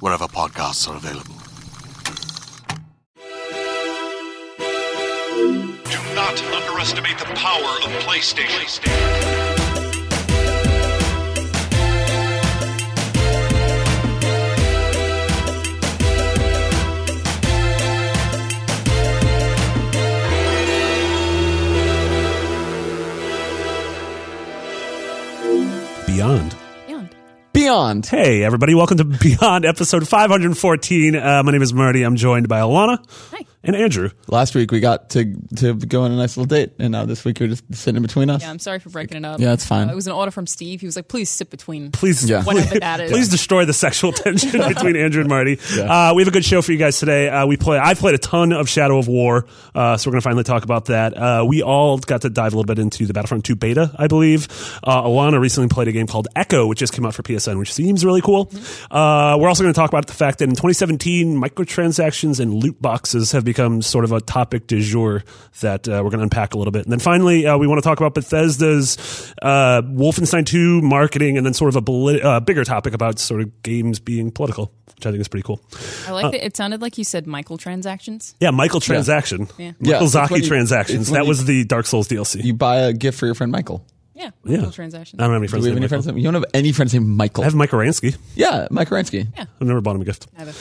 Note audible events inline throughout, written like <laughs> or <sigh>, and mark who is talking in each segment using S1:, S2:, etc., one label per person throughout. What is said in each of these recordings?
S1: wherever podcasts are available.
S2: Do not underestimate the power of PlayStation.
S3: Beyond.
S4: Beyond.
S5: Beyond.
S3: Hey, everybody, welcome to Beyond episode 514. Uh, my name is Marty. I'm joined by Alana
S4: Hi.
S3: and Andrew.
S5: Last week we got to to go on a nice little date, and now this week we're just sitting in between us.
S4: Yeah, I'm sorry for breaking it up.
S5: Yeah, it's fine.
S4: Uh, it was an order from Steve. He was like, please sit between.
S3: Please,
S5: Yeah.
S4: Whatever that is.
S3: please destroy the sexual tension between Andrew and Marty. Uh, we have a good show for you guys today. Uh, we play. I played a ton of Shadow of War, uh, so we're going to finally talk about that. Uh, we all got to dive a little bit into the Battlefront 2 beta, I believe. Uh, Alana recently played a game called Echo, which just came out for PSN, which seems really cool. Uh, we're also going to talk about the fact that in 2017, microtransactions and loot boxes have become sort of a topic du jour that uh, we're going to unpack a little bit. And then finally, uh, we want to talk about Bethesda's uh, Wolfenstein 2 marketing and then sort of a polit- uh, bigger topic about sort of games being political, which I think is pretty cool.
S4: I like that. It sounded like you said Michael transactions.
S3: Yeah, Michael Transaction.
S4: Yeah.
S5: Yeah,
S3: Michael
S5: it's
S3: Zaki
S5: when you-
S3: Transactions.
S5: it's when
S3: That
S5: you-
S3: was the Dark Souls DLC.
S5: You buy a gift for your friend Michael.
S4: Yeah.
S3: yeah.
S4: Michael transactions.
S3: I don't have any
S5: Do
S3: friends
S5: we have
S3: named
S5: any
S3: Michael.
S5: friends? Named, you don't have any friends named Michael.
S3: I have Mike Oransky.
S5: yeah, Mike Oransky.
S4: Yeah.
S3: I've never bought him a gift. Uh,
S4: Either.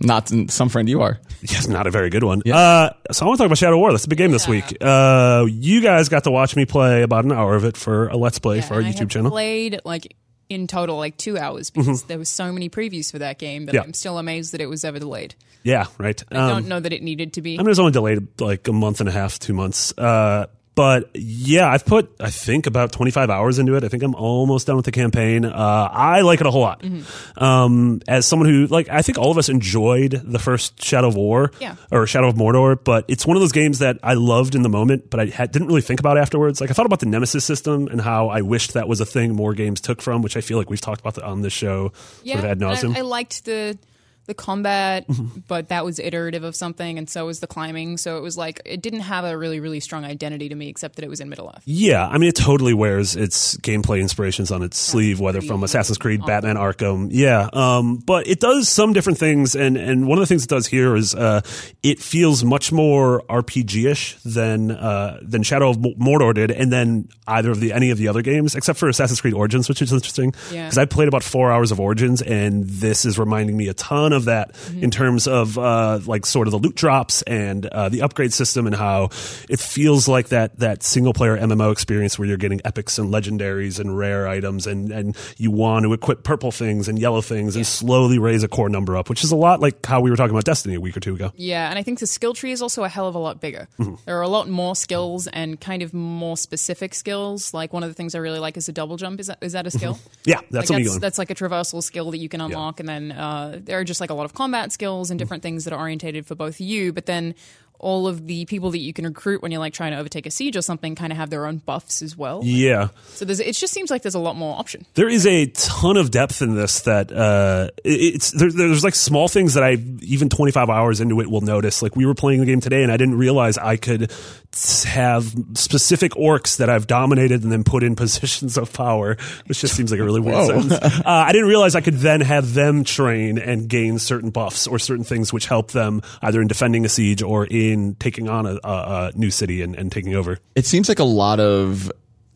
S5: Not some friend you are.
S3: Yes, not a very good one. Uh, so I want to talk about Shadow War. That's the big game this week. Uh, you guys got to watch me play about an hour of it for a Let's Play
S4: Yeah,
S3: for our
S4: and I
S3: YouTube
S4: have
S3: channel. Mm-hmm.
S4: played like in total like two hours because there was so many previews for that game that
S3: Yeah.
S4: I'm still amazed that it was ever delayed.
S3: yeah, right.
S4: I
S3: Um,
S4: don't know that it needed to be.
S3: I mean, it was only delayed like a month and a half, two months. Uh, but yeah, I've put I think about 25 hours into it. I think I'm almost done with the campaign. Uh, I like it a whole lot.
S4: Mm-hmm.
S3: Um, as someone who like, I think all of us enjoyed the first Shadow of War
S4: Yeah.
S3: or Shadow of Mordor, but it's one of those games that I loved in the moment, but I had, didn't really think about afterwards. Like I thought about the Nemesis system and how I wished that was a thing more games took from, which I feel like we've talked about on this show sort of ad
S4: and I-
S3: nauseum. Mm-hmm.
S4: I, liked the the combat, but that was iterative of something, and so was the climbing. So it was like it didn't have a really really strong identity to me, except that it was in Middle Earth.
S3: Yeah, I mean, it totally wears its gameplay inspirations on its sleeve, whether from Assassin's Creed, Batman, Arkham. Yeah, um, but it does some different things, and and one of the things it does here is uh, it feels much more RPG ish than uh, than Shadow of M- Mordor did, and then either of the any of the other games, except for Assassin's Creed Origins, which is interesting
S4: Yeah.
S3: because I played about four hours of Origins, and this is reminding me a ton of that
S4: Mm-hmm.
S3: in terms of uh, like sort of the loot drops and uh, the upgrade system, and how it feels like that that single player MMO experience where you're getting epics and legendaries and rare items, and and you want to equip purple things and yellow things, and slowly raise a core number up, which is a lot like how we were talking about Destiny a week or two ago.
S4: Yeah, and I think the skill tree is also a hell of a lot bigger.
S3: Mm-hmm.
S4: There are a lot more skills and kind of more specific skills. Like one of the things I really like is a double jump. Is that is that a skill?
S3: Mm-hmm. Yeah, that's what
S4: like
S3: we
S4: that's,
S3: going.
S4: that's like a traversal skill that you can unlock, and then uh, there are just like a lot of combat skills
S3: Mm-hmm.
S4: and different things that are orientated for both you. But then all of the people that you can recruit when you're like trying to overtake a siege or something kind of have their own buffs as well.
S3: Yeah.
S4: So there's it just seems like there's a lot more option.
S3: There is a ton of depth in this that uh, it- it's there, there's like small things that I even 25 hours into it will notice. Like we were playing the game today, and I didn't realize I could s- have specific orcs that I've dominated and then put in <laughs> positions of power, which just seems like a really weird sentence. Uh, I didn't realize I could then have them train and gain certain buffs or certain things which help them either in defending a siege or in taking on a, a, a new city and, and taking over.
S5: It seems like a lot of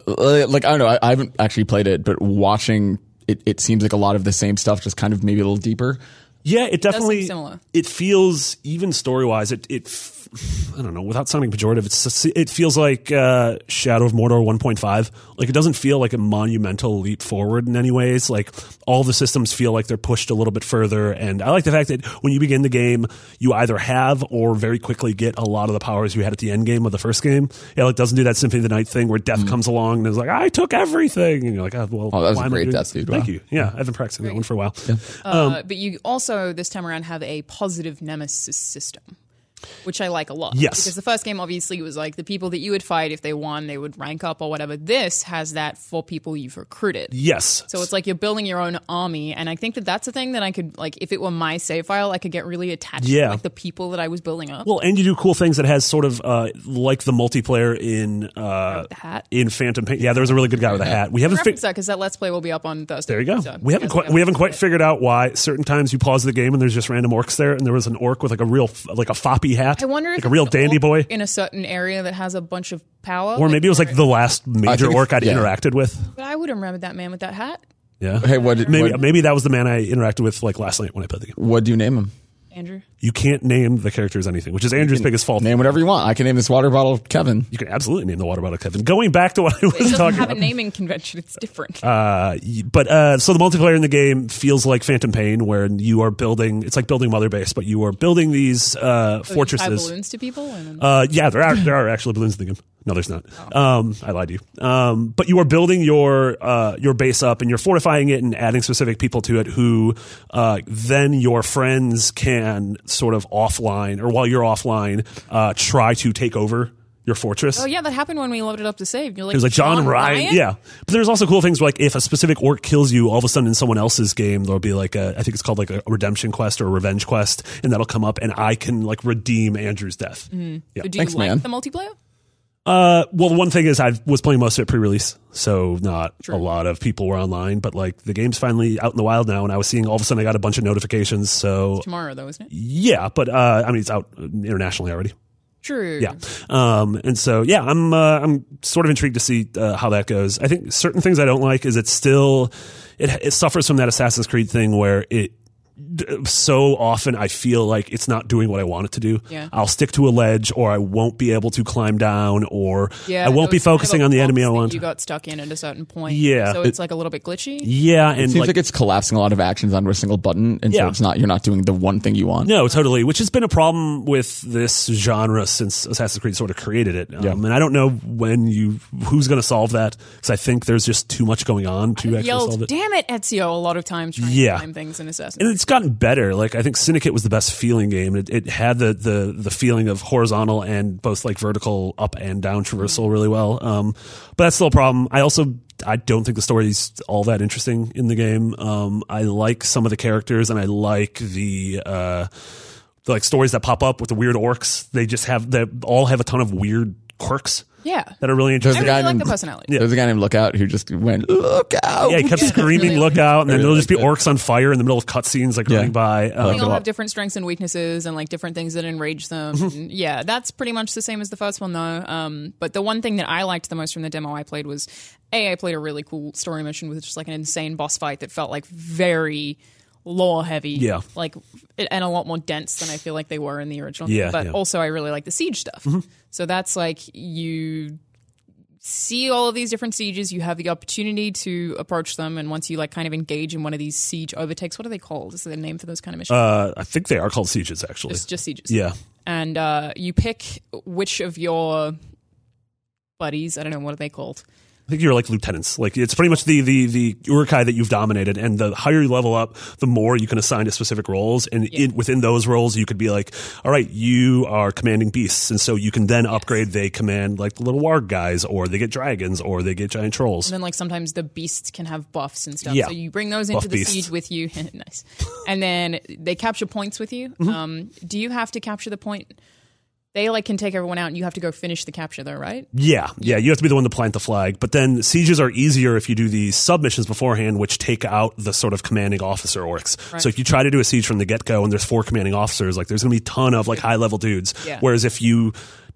S5: uh, like I don't know. I, I haven't actually played it, but watching it, it seems like a lot of the same stuff, just kind of maybe a little deeper.
S3: Yeah, it definitely
S4: similar.
S3: It feels even story wise. It it f- I don't know without sounding pejorative. It's just- it feels like uh, Shadow of Mordor 1.5. Like it doesn't feel like a monumental leap forward in any ways. Like all the systems feel like they're pushed a little bit further. And I like the fact that when you begin the game, you either have or very quickly get a lot of the powers you had at the end game of the first game. It like doesn't do that Symphony of the Night thing where death comes along and is like I took everything and you're like oh, well
S5: Mm-hmm. Oh, that was
S3: why
S5: a
S3: am I
S5: great
S3: doing-
S5: death, dude.
S3: Thank
S5: Wow. Mm-hmm.
S3: you. Yeah, I've been practicing that one for a while. Um,
S4: Uh, but you also this time around have a positive nemesis system, which I like a lot.
S3: Yes.
S4: because the first game obviously was like the people that you would fight if they won, they would rank up or whatever. This has that for people you've recruited.
S3: Yes.
S4: So it's like you're building your own army, and I think that that's a thing that I could like. If it were my save file, I could get really attached
S3: Yeah.
S4: to like the people that I was building up.
S3: Well, and you do cool things that has sort of uh, like the multiplayer in uh,
S4: the hat.
S3: in Phantom Pain. Yeah, there was a really good guy with a hat. We haven't
S4: Reference
S3: figured.
S4: that because that let's play will be up on Thursday.
S3: There you go.
S4: So
S3: we haven't
S4: guys
S3: quite
S4: will
S3: we
S4: be able
S3: haven't
S4: to
S3: quite
S4: see it.
S3: figured out why certain times you pause the game and there's just random orcs there, and there was an orc with like a real f- like a floppy hat.
S4: I wonder if
S3: like a real
S4: it's all
S3: dandy boy,
S4: in a certain area that has a bunch of power,
S3: or maybe it was like the last major
S5: think
S3: orc I'd
S5: it's- yeah.
S3: interacted with.
S4: But I would have remembered that man with that hat,
S3: Yeah.
S5: Hey, what,
S3: Maybe,
S5: what,
S3: maybe that was the man I interacted with like last night when I played the game.
S5: what do you name him?
S4: Andrew.
S3: You can't name the characters anything, which is Andrew's biggest fault.
S5: Name whatever you want. I can name this water bottle Kevin.
S3: you can absolutely name the water bottle Kevin. Going back to what I
S4: It
S3: was
S4: doesn't
S3: talking
S4: have
S3: about,
S4: a naming convention; it's different.
S3: Uh, y- but uh, so the multiplayer in the game feels like Phantom Pain, where you are building. It's like building Mother Base, but you are building these uh,
S4: So you tie
S3: fortresses.
S4: balloons to people, and then
S3: Uh, yeah, there are there are actually balloons in the game. No, there's not. Um, I lied to you. Um, but you are building your uh, your base up and you're fortifying it and adding specific people to it who uh, then your friends can sort of offline or while you're offline uh, try to take over your fortress.
S4: oh yeah, that happened when we loaded up to save. You're like,
S3: It was like John, Ryan. Yeah. But there's also cool things like if a specific orc kills you, all of a sudden in someone else's game, there'll be like a, I think it's called like a redemption quest or a revenge quest. And that'll come up and I can like redeem Andrew's death. Yeah.
S4: So do
S5: Thanks,
S4: you like
S5: man.
S4: the multiplayer?
S3: Uh, well, one thing is I was playing most of it pre-release, so not a lot of people were online, but like the game's finally out in the wild now. And I was seeing all of a sudden I got a bunch of notifications. So
S4: Tomorrow though, isn't it?
S3: yeah, but, uh, I mean, it's out internationally already.
S4: True.
S3: Yeah. Um, and so, yeah, I'm, uh, I'm sort of intrigued to see uh, how that goes. I think certain things I don't like is it's still, it, it suffers from that Assassin's Creed thing where it, d- so often I feel like it's not doing what I want it to do.
S4: Yeah.
S3: I'll stick to a ledge or I won't be able to climb down or
S4: Yeah,
S3: I won't be
S4: those kind of
S3: focusing on the
S4: bumps
S3: enemy I
S4: that
S3: want.
S4: You got stuck in at a certain point.
S3: Yeah.
S4: So it's like a little bit glitchy.
S3: yeah. And
S5: It seems
S3: like,
S5: like, it's collapsing a lot of actions onto a single button, and
S3: Yeah.
S5: so it's not you're not doing the one thing you want.
S3: No, totally. Which has been a problem with this genre since Assassin's Creed sort of created it. Um, And I don't know when you who's going to solve that because I think there's just too much going on to actually solve
S4: Yelled,
S3: it.
S4: damn it, Ezio! A lot of times trying
S3: Yeah.
S4: to climb things in Assassin's.
S3: And it's gotten better. Like I think Syndicate was the best feeling game. It, it had the, the the feeling of horizontal and both like vertical up and down
S5: Mm-hmm.
S3: traversal really well. Um, but that's still a problem. I also I don't think the story's all that interesting in the game. Um, I like some of the characters and I like the. Uh, the, like stories that pop up with the weird orcs. They just have they all have a ton of weird quirks
S4: Yeah.
S3: that are really
S5: There's
S3: interesting.
S5: a
S4: really
S5: guy
S4: like
S5: named
S4: the personality.
S5: There's a guy named Lookout who just went look out.
S3: Yeah, he
S5: <laughs>
S3: kept screaming,
S4: really
S3: "Look out!" And then
S5: really
S3: there'll just be
S5: like that.
S3: orcs on fire in the middle of cutscenes, like
S5: Yeah.
S3: running by. Um,
S4: They all have different strengths and weaknesses, and like different things that enrage them.
S3: Mm-hmm.
S4: And, yeah, that's pretty much the same as the first one, though. Um, but the one thing that I liked the most from the demo I played was, a, I played a really cool story mission with just like an insane boss fight that felt like very lore heavy,
S3: Yeah.
S4: like it- and a lot more dense than I feel like they were in the original.
S3: Yeah,
S4: but
S3: yeah. Mm-hmm.
S4: also I really like the siege stuff. So that's like you see all of these different sieges you have the opportunity to approach them and once you like kind of engage in one of these siege overtakes what are they called is there a name for those kind of missions
S3: Uh, I think they are called sieges, actually.
S4: it's just sieges.
S3: yeah.
S4: And uh, you pick which of your buddies, I don't know what are they called.
S3: I think you're like lieutenants. Like it's pretty much the the the urukai that you've dominated, and the higher you level up, the more you can assign to specific roles. And in, within those roles, you could be like, all right, you are commanding beasts, and so you can then upgrade. They command like the little warg guys, or they get dragons, or they get giant trolls.
S4: And then like sometimes the beasts can have buffs and stuff.
S3: Yeah.
S4: So you bring those into
S3: Buff
S4: the
S3: beasts.
S4: siege with you. <laughs> nice. And then they capture points with you.
S3: Mm-hmm.
S4: Um, do you have to capture the point? They like can take everyone out and you have to go finish the capture though, right?
S3: Yeah, yeah, you have to be the one to plant the flag. But then sieges are easier if you do the submissions beforehand, which take out the sort of commanding officer orcs. So if you try to do a siege from the get go and there's four commanding officers, like there's going to be a ton of like high level dudes.
S4: Yeah.
S3: Whereas if you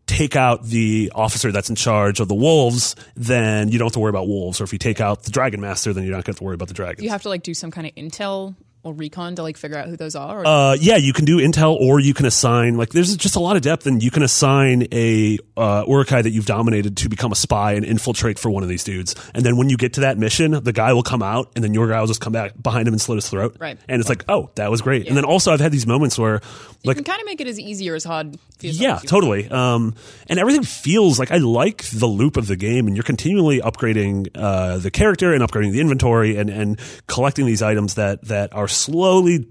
S3: take out the officer that's in charge of the wolves, then you don't have to worry about wolves. Or if you take out the dragon master, then you're not going to have to worry about the dragons.
S4: You have to like do some kind of intel or recon to like figure out who those are? Or
S3: Uh, yeah, you can do intel, or you can assign. Like, there's just a lot of depth, and you can assign a uh, urukai that you've dominated to become a spy and infiltrate for one of these dudes. And then when you get to that mission, the guy will come out, and then your guy will just come back behind him and slit his throat.
S4: Right.
S3: And it's like, oh, that was great. And then also, I've had these moments where,
S4: you
S3: like,
S4: can kind of make it as easy or as hard. For yourself
S3: yeah
S4: as you
S3: totally um and everything feels like i like the loop of the game and you're continually upgrading uh the character and upgrading the inventory and and collecting these items that that are slowly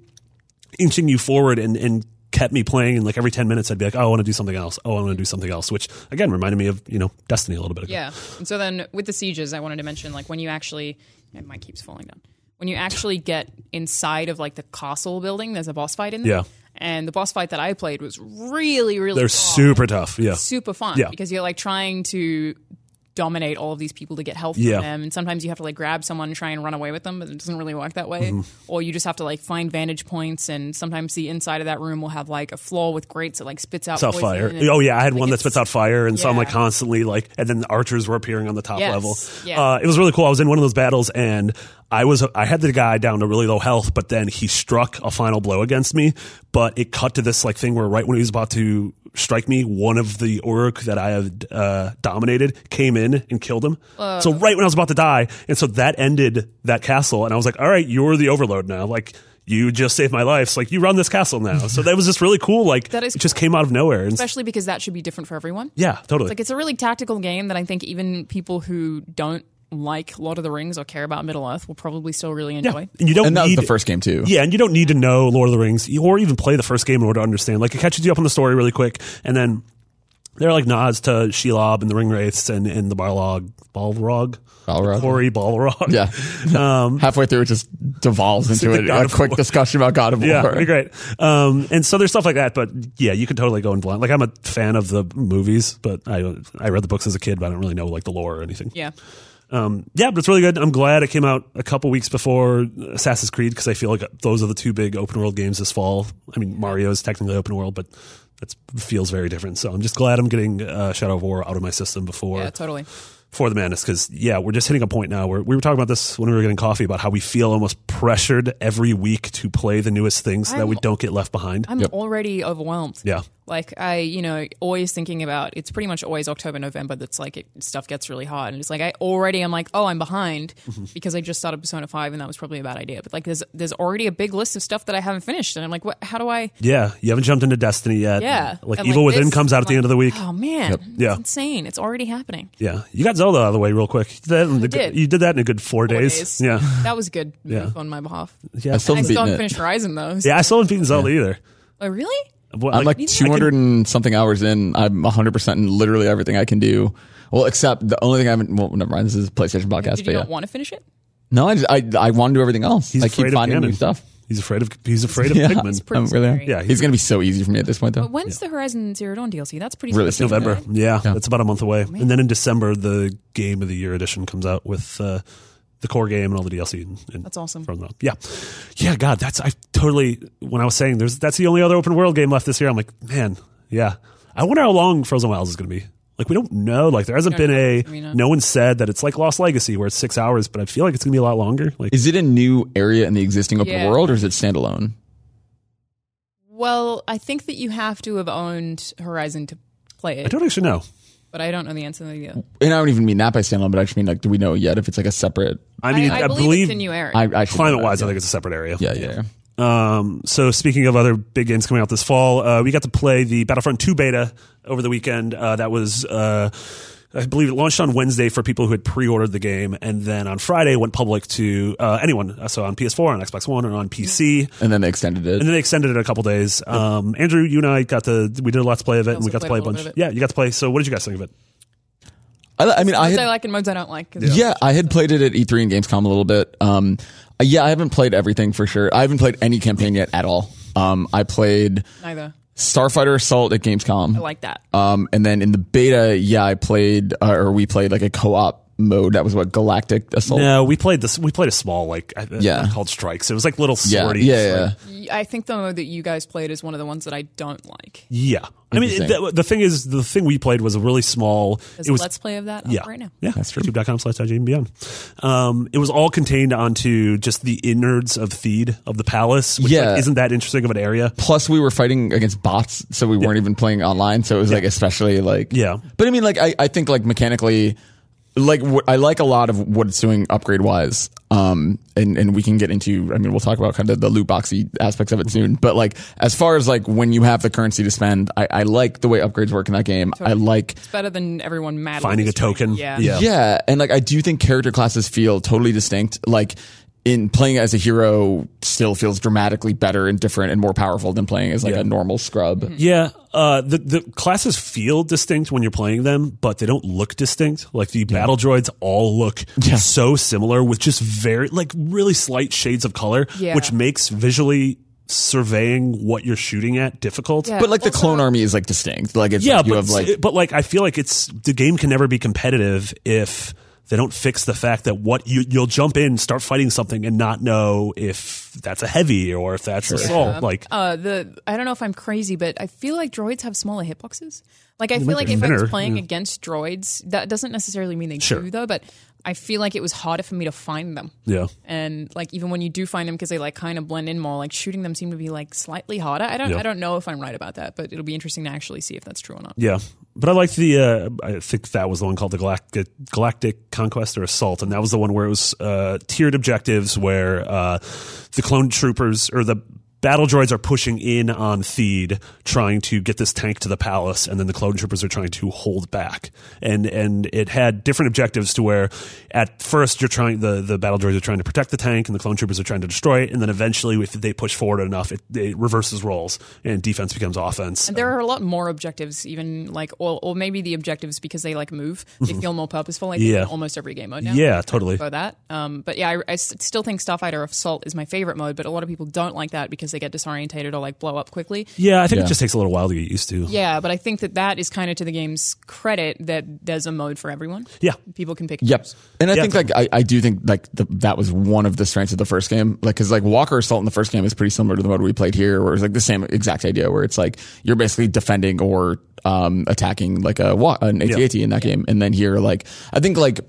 S3: inching you forward and and kept me playing and like every 10 minutes i'd be like oh i want to do something else oh i want to do something else which again reminded me of you know destiny a little bit ago.
S4: Yeah. And so then with the sieges, I wanted to mention like when you actually, and mine keeps falling down. When you actually get inside of like the castle building, there's a boss fight in there.
S3: Yeah.
S4: And the boss fight that I played was really, really
S3: they're
S4: fun.
S3: super tough yeah
S4: super fun
S3: Yeah.
S4: because you're like trying to dominate all of these people to get health
S3: Yeah.
S4: from them and sometimes you have to like grab someone and try and run away with them but it doesn't really work that way
S3: Mm-hmm.
S4: or you just have to like find vantage points and sometimes the inside of that room will have like a floor with grates that like spits out
S3: Spits out
S4: poison
S3: fire.
S4: and-
S3: Oh yeah, I had
S4: like,
S3: one that
S4: it's-
S3: spits out fire, and so I'm
S4: Yeah.
S3: like constantly like, and then the archers were appearing on the top
S4: Yes.
S3: level.
S4: Yeah.
S3: Uh, it was really cool. I was in one of those battles, and I was I had the guy down to really low health, but then he struck a final blow against me. But it cut to this like thing where right when he was about to strike me, one of the orc that I had uh, dominated came in and killed him. so right when I was about to die, and so that ended that castle, and I was like, all right, you're the overload now, like. You just saved my life. So like you run this castle now. So that was just really cool. Like
S4: That is
S3: it just came out of nowhere. And
S4: especially because that should be different for everyone
S3: yeah, totally.
S4: like it's a really tactical game that I think even people who don't like Lord of the Rings or care about Middle Earth will probably still really enjoy.
S3: and you don't
S5: And that was
S3: need
S5: the first game too.
S3: Yeah, and you don't need to know Lord of the Rings or even play the first game in order to understand. Like it catches you up on the story really quick, and then there are like nods to Shelob and the Ring Wraiths and, and the Barlog, Balrog,
S5: Balrog.
S3: Quarry Balrog.
S5: Yeah. Halfway through, it just devolves into
S3: Um, like
S5: a-
S3: God
S5: a,
S3: of
S5: quick
S3: War.
S5: discussion about God
S3: <laughs>
S5: of
S3: Yeah,
S5: War.
S3: it'd be great. Um, and so there's stuff like that, but yeah, you could totally go in blind. Like I'm a fan of the movies, but I I read the books as a kid, but I don't really know like the lore or anything.
S4: Yeah.
S3: yeah, but it's really good. I'm glad it came out a couple weeks before Assassin's Creed because I feel like those are the two big open world games this fall. I mean, Mario is technically open world, but that feels very different. So I'm just glad I'm getting uh, Shadow of War out of my system before
S4: Yeah, totally.
S3: for the madness because yeah, we're just hitting a point now where we were talking about this when we were getting coffee about how we feel almost pressured every week to play the newest thing so that we
S4: I'm-
S3: don't get left behind.
S4: I'm already overwhelmed.
S3: yeah,
S4: Like I, you know, always thinking about it's pretty much always October, November that's like it, stuff gets really hot, and it's like I already I'm like oh I'm behind
S3: Mm-hmm.
S4: because I just started Persona Five and that was probably a bad idea. But like there's there's already a big list of stuff that I haven't finished, and I'm like what? How do I?
S3: yeah. You haven't jumped into Destiny yet.
S4: Yeah,
S3: like
S4: And,
S3: Evil Within
S4: this,
S3: comes out at the
S4: like,
S3: end of the week.
S4: Oh man,
S3: Yeah.
S4: it's insane! It's already happening.
S3: Yeah, you got Zelda out of the way real quick. You did that in, the,
S4: did.
S3: You did that in a good four,
S4: Four
S3: days.
S4: days.
S3: Yeah,
S4: <laughs> That was good
S3: Yeah.
S4: move on my behalf.
S3: yeah.
S5: I still
S4: I still
S5: haven't beaten
S4: haven't
S5: it.
S4: finished Horizon though.
S3: yeah, I still haven't beaten Zelda either.
S4: Oh, really?
S3: What,
S5: I'm like 200 and something hours in. I'm 100% in literally everything I can do. Well, except the only thing I haven't, well, never mind. This is a PlayStation podcast.
S4: Did
S5: but
S4: you
S5: yeah.
S4: not want to finish it?
S5: no, I, just, I, I want to do everything else.
S3: He's
S5: I keep
S3: afraid of
S5: finding new
S3: Ganon.
S5: stuff.
S3: he's afraid of he's afraid of
S5: <laughs> Yeah.
S3: Pigman.
S4: pretty
S5: I'm really-
S4: scary.
S3: Yeah,
S5: He's going to be so easy for me at this point, though.
S4: But when's the Horizon Zero Dawn DLC? That's pretty
S5: Really
S4: soon.
S5: soon.
S3: November. Yeah,
S5: Yeah.
S3: that's about a month away. And then in December, the Game of the Year edition comes out with uh, the core game and all the DLC. And, and
S4: That's awesome.
S3: from the- Yeah, yeah. God, that's I totally. When I was saying there's that's the only other open world game left this year. I'm like, man, yeah. I wonder how long Frozen Wilds is going to be. Like we don't know. Like there hasn't been a.
S4: I mean, uh,
S3: no one said that it's like Lost Legacy where it's six hours, but I feel like it's going to be a lot longer. Like
S5: Is it a new area in the existing open
S4: Yeah.
S5: world or is it standalone?
S4: Well, I think that you have to have owned Horizon to play
S3: I
S4: it,
S3: don't actually know.
S4: but I don't know the answer to the other.
S5: And I don't even mean that by standalone, but I just mean like, do we know yet if it's like a separate?
S3: I mean, I,
S4: believe,
S3: believe,
S4: it's a new area.
S5: I, I should know
S3: climate wise,
S5: that.
S3: I think it's a separate area.
S5: Yeah, yeah, yeah.
S3: Um, so speaking of other big games coming out this fall, uh, we got to play the Battlefront 2 beta over the weekend. Uh, that was, uh, I believe it launched on Wednesday for people who had pre-ordered the game, and then on Friday went public to uh, anyone. So on PS4, on Xbox One, and on PC,
S5: And then they extended it.
S3: and then they extended it a couple days. Um, Andrew, you and I got to we did a let's play of it, and we
S4: also
S3: got to
S4: played
S3: play a
S4: a little
S3: bunch.
S4: bit of it.
S3: Yeah, you got to play. So what did you guys think of it?
S5: I, I mean, I
S4: modes
S5: had,
S4: I like and modes I don't like. 'cause-
S5: Yeah, I had played it at E3 and Gamescom a little bit. Um, yeah, I haven't played everything for sure. I haven't played any campaign yet at all. Um, I played
S4: neither.
S5: Starfighter Assault at Gamescom.
S4: I like that.
S5: Um, and then in the beta, yeah, I played uh, or we played like a co-op mode. That was what Galactic Assault.
S3: No, we played this. We played a small like I-
S5: Oh. Yeah.
S3: called strikes. It was like little
S5: Yeah,
S3: swordy.
S5: yeah, yeah.
S4: I think the mode that you guys played is one of the ones that I don't like.
S3: yeah. I mean,
S5: Interesting.
S3: the, the thing is, the thing we played was a really small.
S4: There's
S3: It was
S4: a let's play of that up
S3: yeah,
S4: right now.
S3: yeah. That's true. YouTube.com slash IGN Beyond. Um, it was all contained onto just the innards of Theed of the palace. Which,
S5: Yeah.
S3: like, isn't that interesting of an area?
S5: Plus, we were fighting against bots, so we weren't even playing online. So it was like especially like
S3: Yeah.
S5: But I mean, like I, I think like mechanically, like wh- I like a lot of what it's doing upgrade wise. Um, and and we can get into. I mean, we'll talk about kind of the loot boxy aspects of it soon. But like as far as like when you have the currency to spend, I, I like the way upgrades work in that game. I like
S4: It's better than everyone mad.
S3: Finding a token.
S4: Yeah.
S3: Yeah.
S5: yeah, and like I do think character classes feel totally distinct. Like in playing as a hero still feels dramatically better and different and more powerful than playing as like a normal scrub.
S3: Yeah, uh, the the classes feel distinct when you're playing them, but they don't look distinct. Like the battle droids all look so similar with just very like really slight shades of color,
S4: Yeah.
S3: which makes visually surveying what you're shooting at difficult.
S4: Yeah.
S5: But like the
S4: Also-
S5: clone army is like distinct. Like it's
S3: Yeah,
S5: like, you
S3: but
S5: have like
S3: but like I feel like it's the game can never be competitive if they don't fix the fact that what you you'll jump in, start fighting something, and not know if that's a heavy or if that's assault. Like
S4: Uh, the I don't know if I'm crazy, but I feel like droids have smaller hitboxes. Like I feel like
S3: be
S4: if I
S3: thinner,
S4: was playing against droids, that doesn't necessarily mean they
S3: Sure.
S4: do though. But I feel like it was harder for me to find them.
S3: yeah,
S4: And like even when you do find them, because they like kind of blend in more, like shooting them seem to be like slightly harder. I don't,
S3: Yeah.
S4: I don't know if I'm right about that, but it'll be interesting to actually see if that's true or not.
S3: Yeah, but I liked the. Uh, I think that was the one called the Galactic, Galactic Conquest or Assault, and that was the one where it was uh, tiered objectives where uh, the clone troopers or the battle droids are pushing in on Theed, trying to get this tank to the palace, and then the clone troopers are trying to hold back. And and it had different objectives to where at first you're trying the the battle droids are trying to protect the tank, and the clone troopers are trying to destroy it, and then eventually if they push forward enough, it, it reverses roles and defense becomes offense.
S4: And there are a lot more objectives, even like, or, or maybe the objectives because they like move, they feel more purposeful. I think
S3: Mm-hmm. Yeah.
S4: in almost every game mode now.
S3: Yeah, totally.
S4: For that, um, but yeah, I, I s- still think Starfighter Assault is my favorite mode, but a lot of people don't like that because they get disorientated or like blow up
S3: <laughs>
S4: quickly.
S3: Yeah, I think
S5: Yeah.
S3: it just takes a little while to get used to.
S4: Yeah, but I think that that is kind of to the game's credit that there's a mode for everyone.
S3: Yeah.
S4: people can pick. and
S5: Yep.
S4: choose.
S5: And I
S3: Yeah.
S5: think like I, I do think like the, that was one of the strengths of the first game. Like cuz like Walker Assault in the first game is pretty similar to the mode we played here where it's like the same exact idea where it's like you're basically defending or um attacking like a wa- an AT-AT in that game and then here like I think like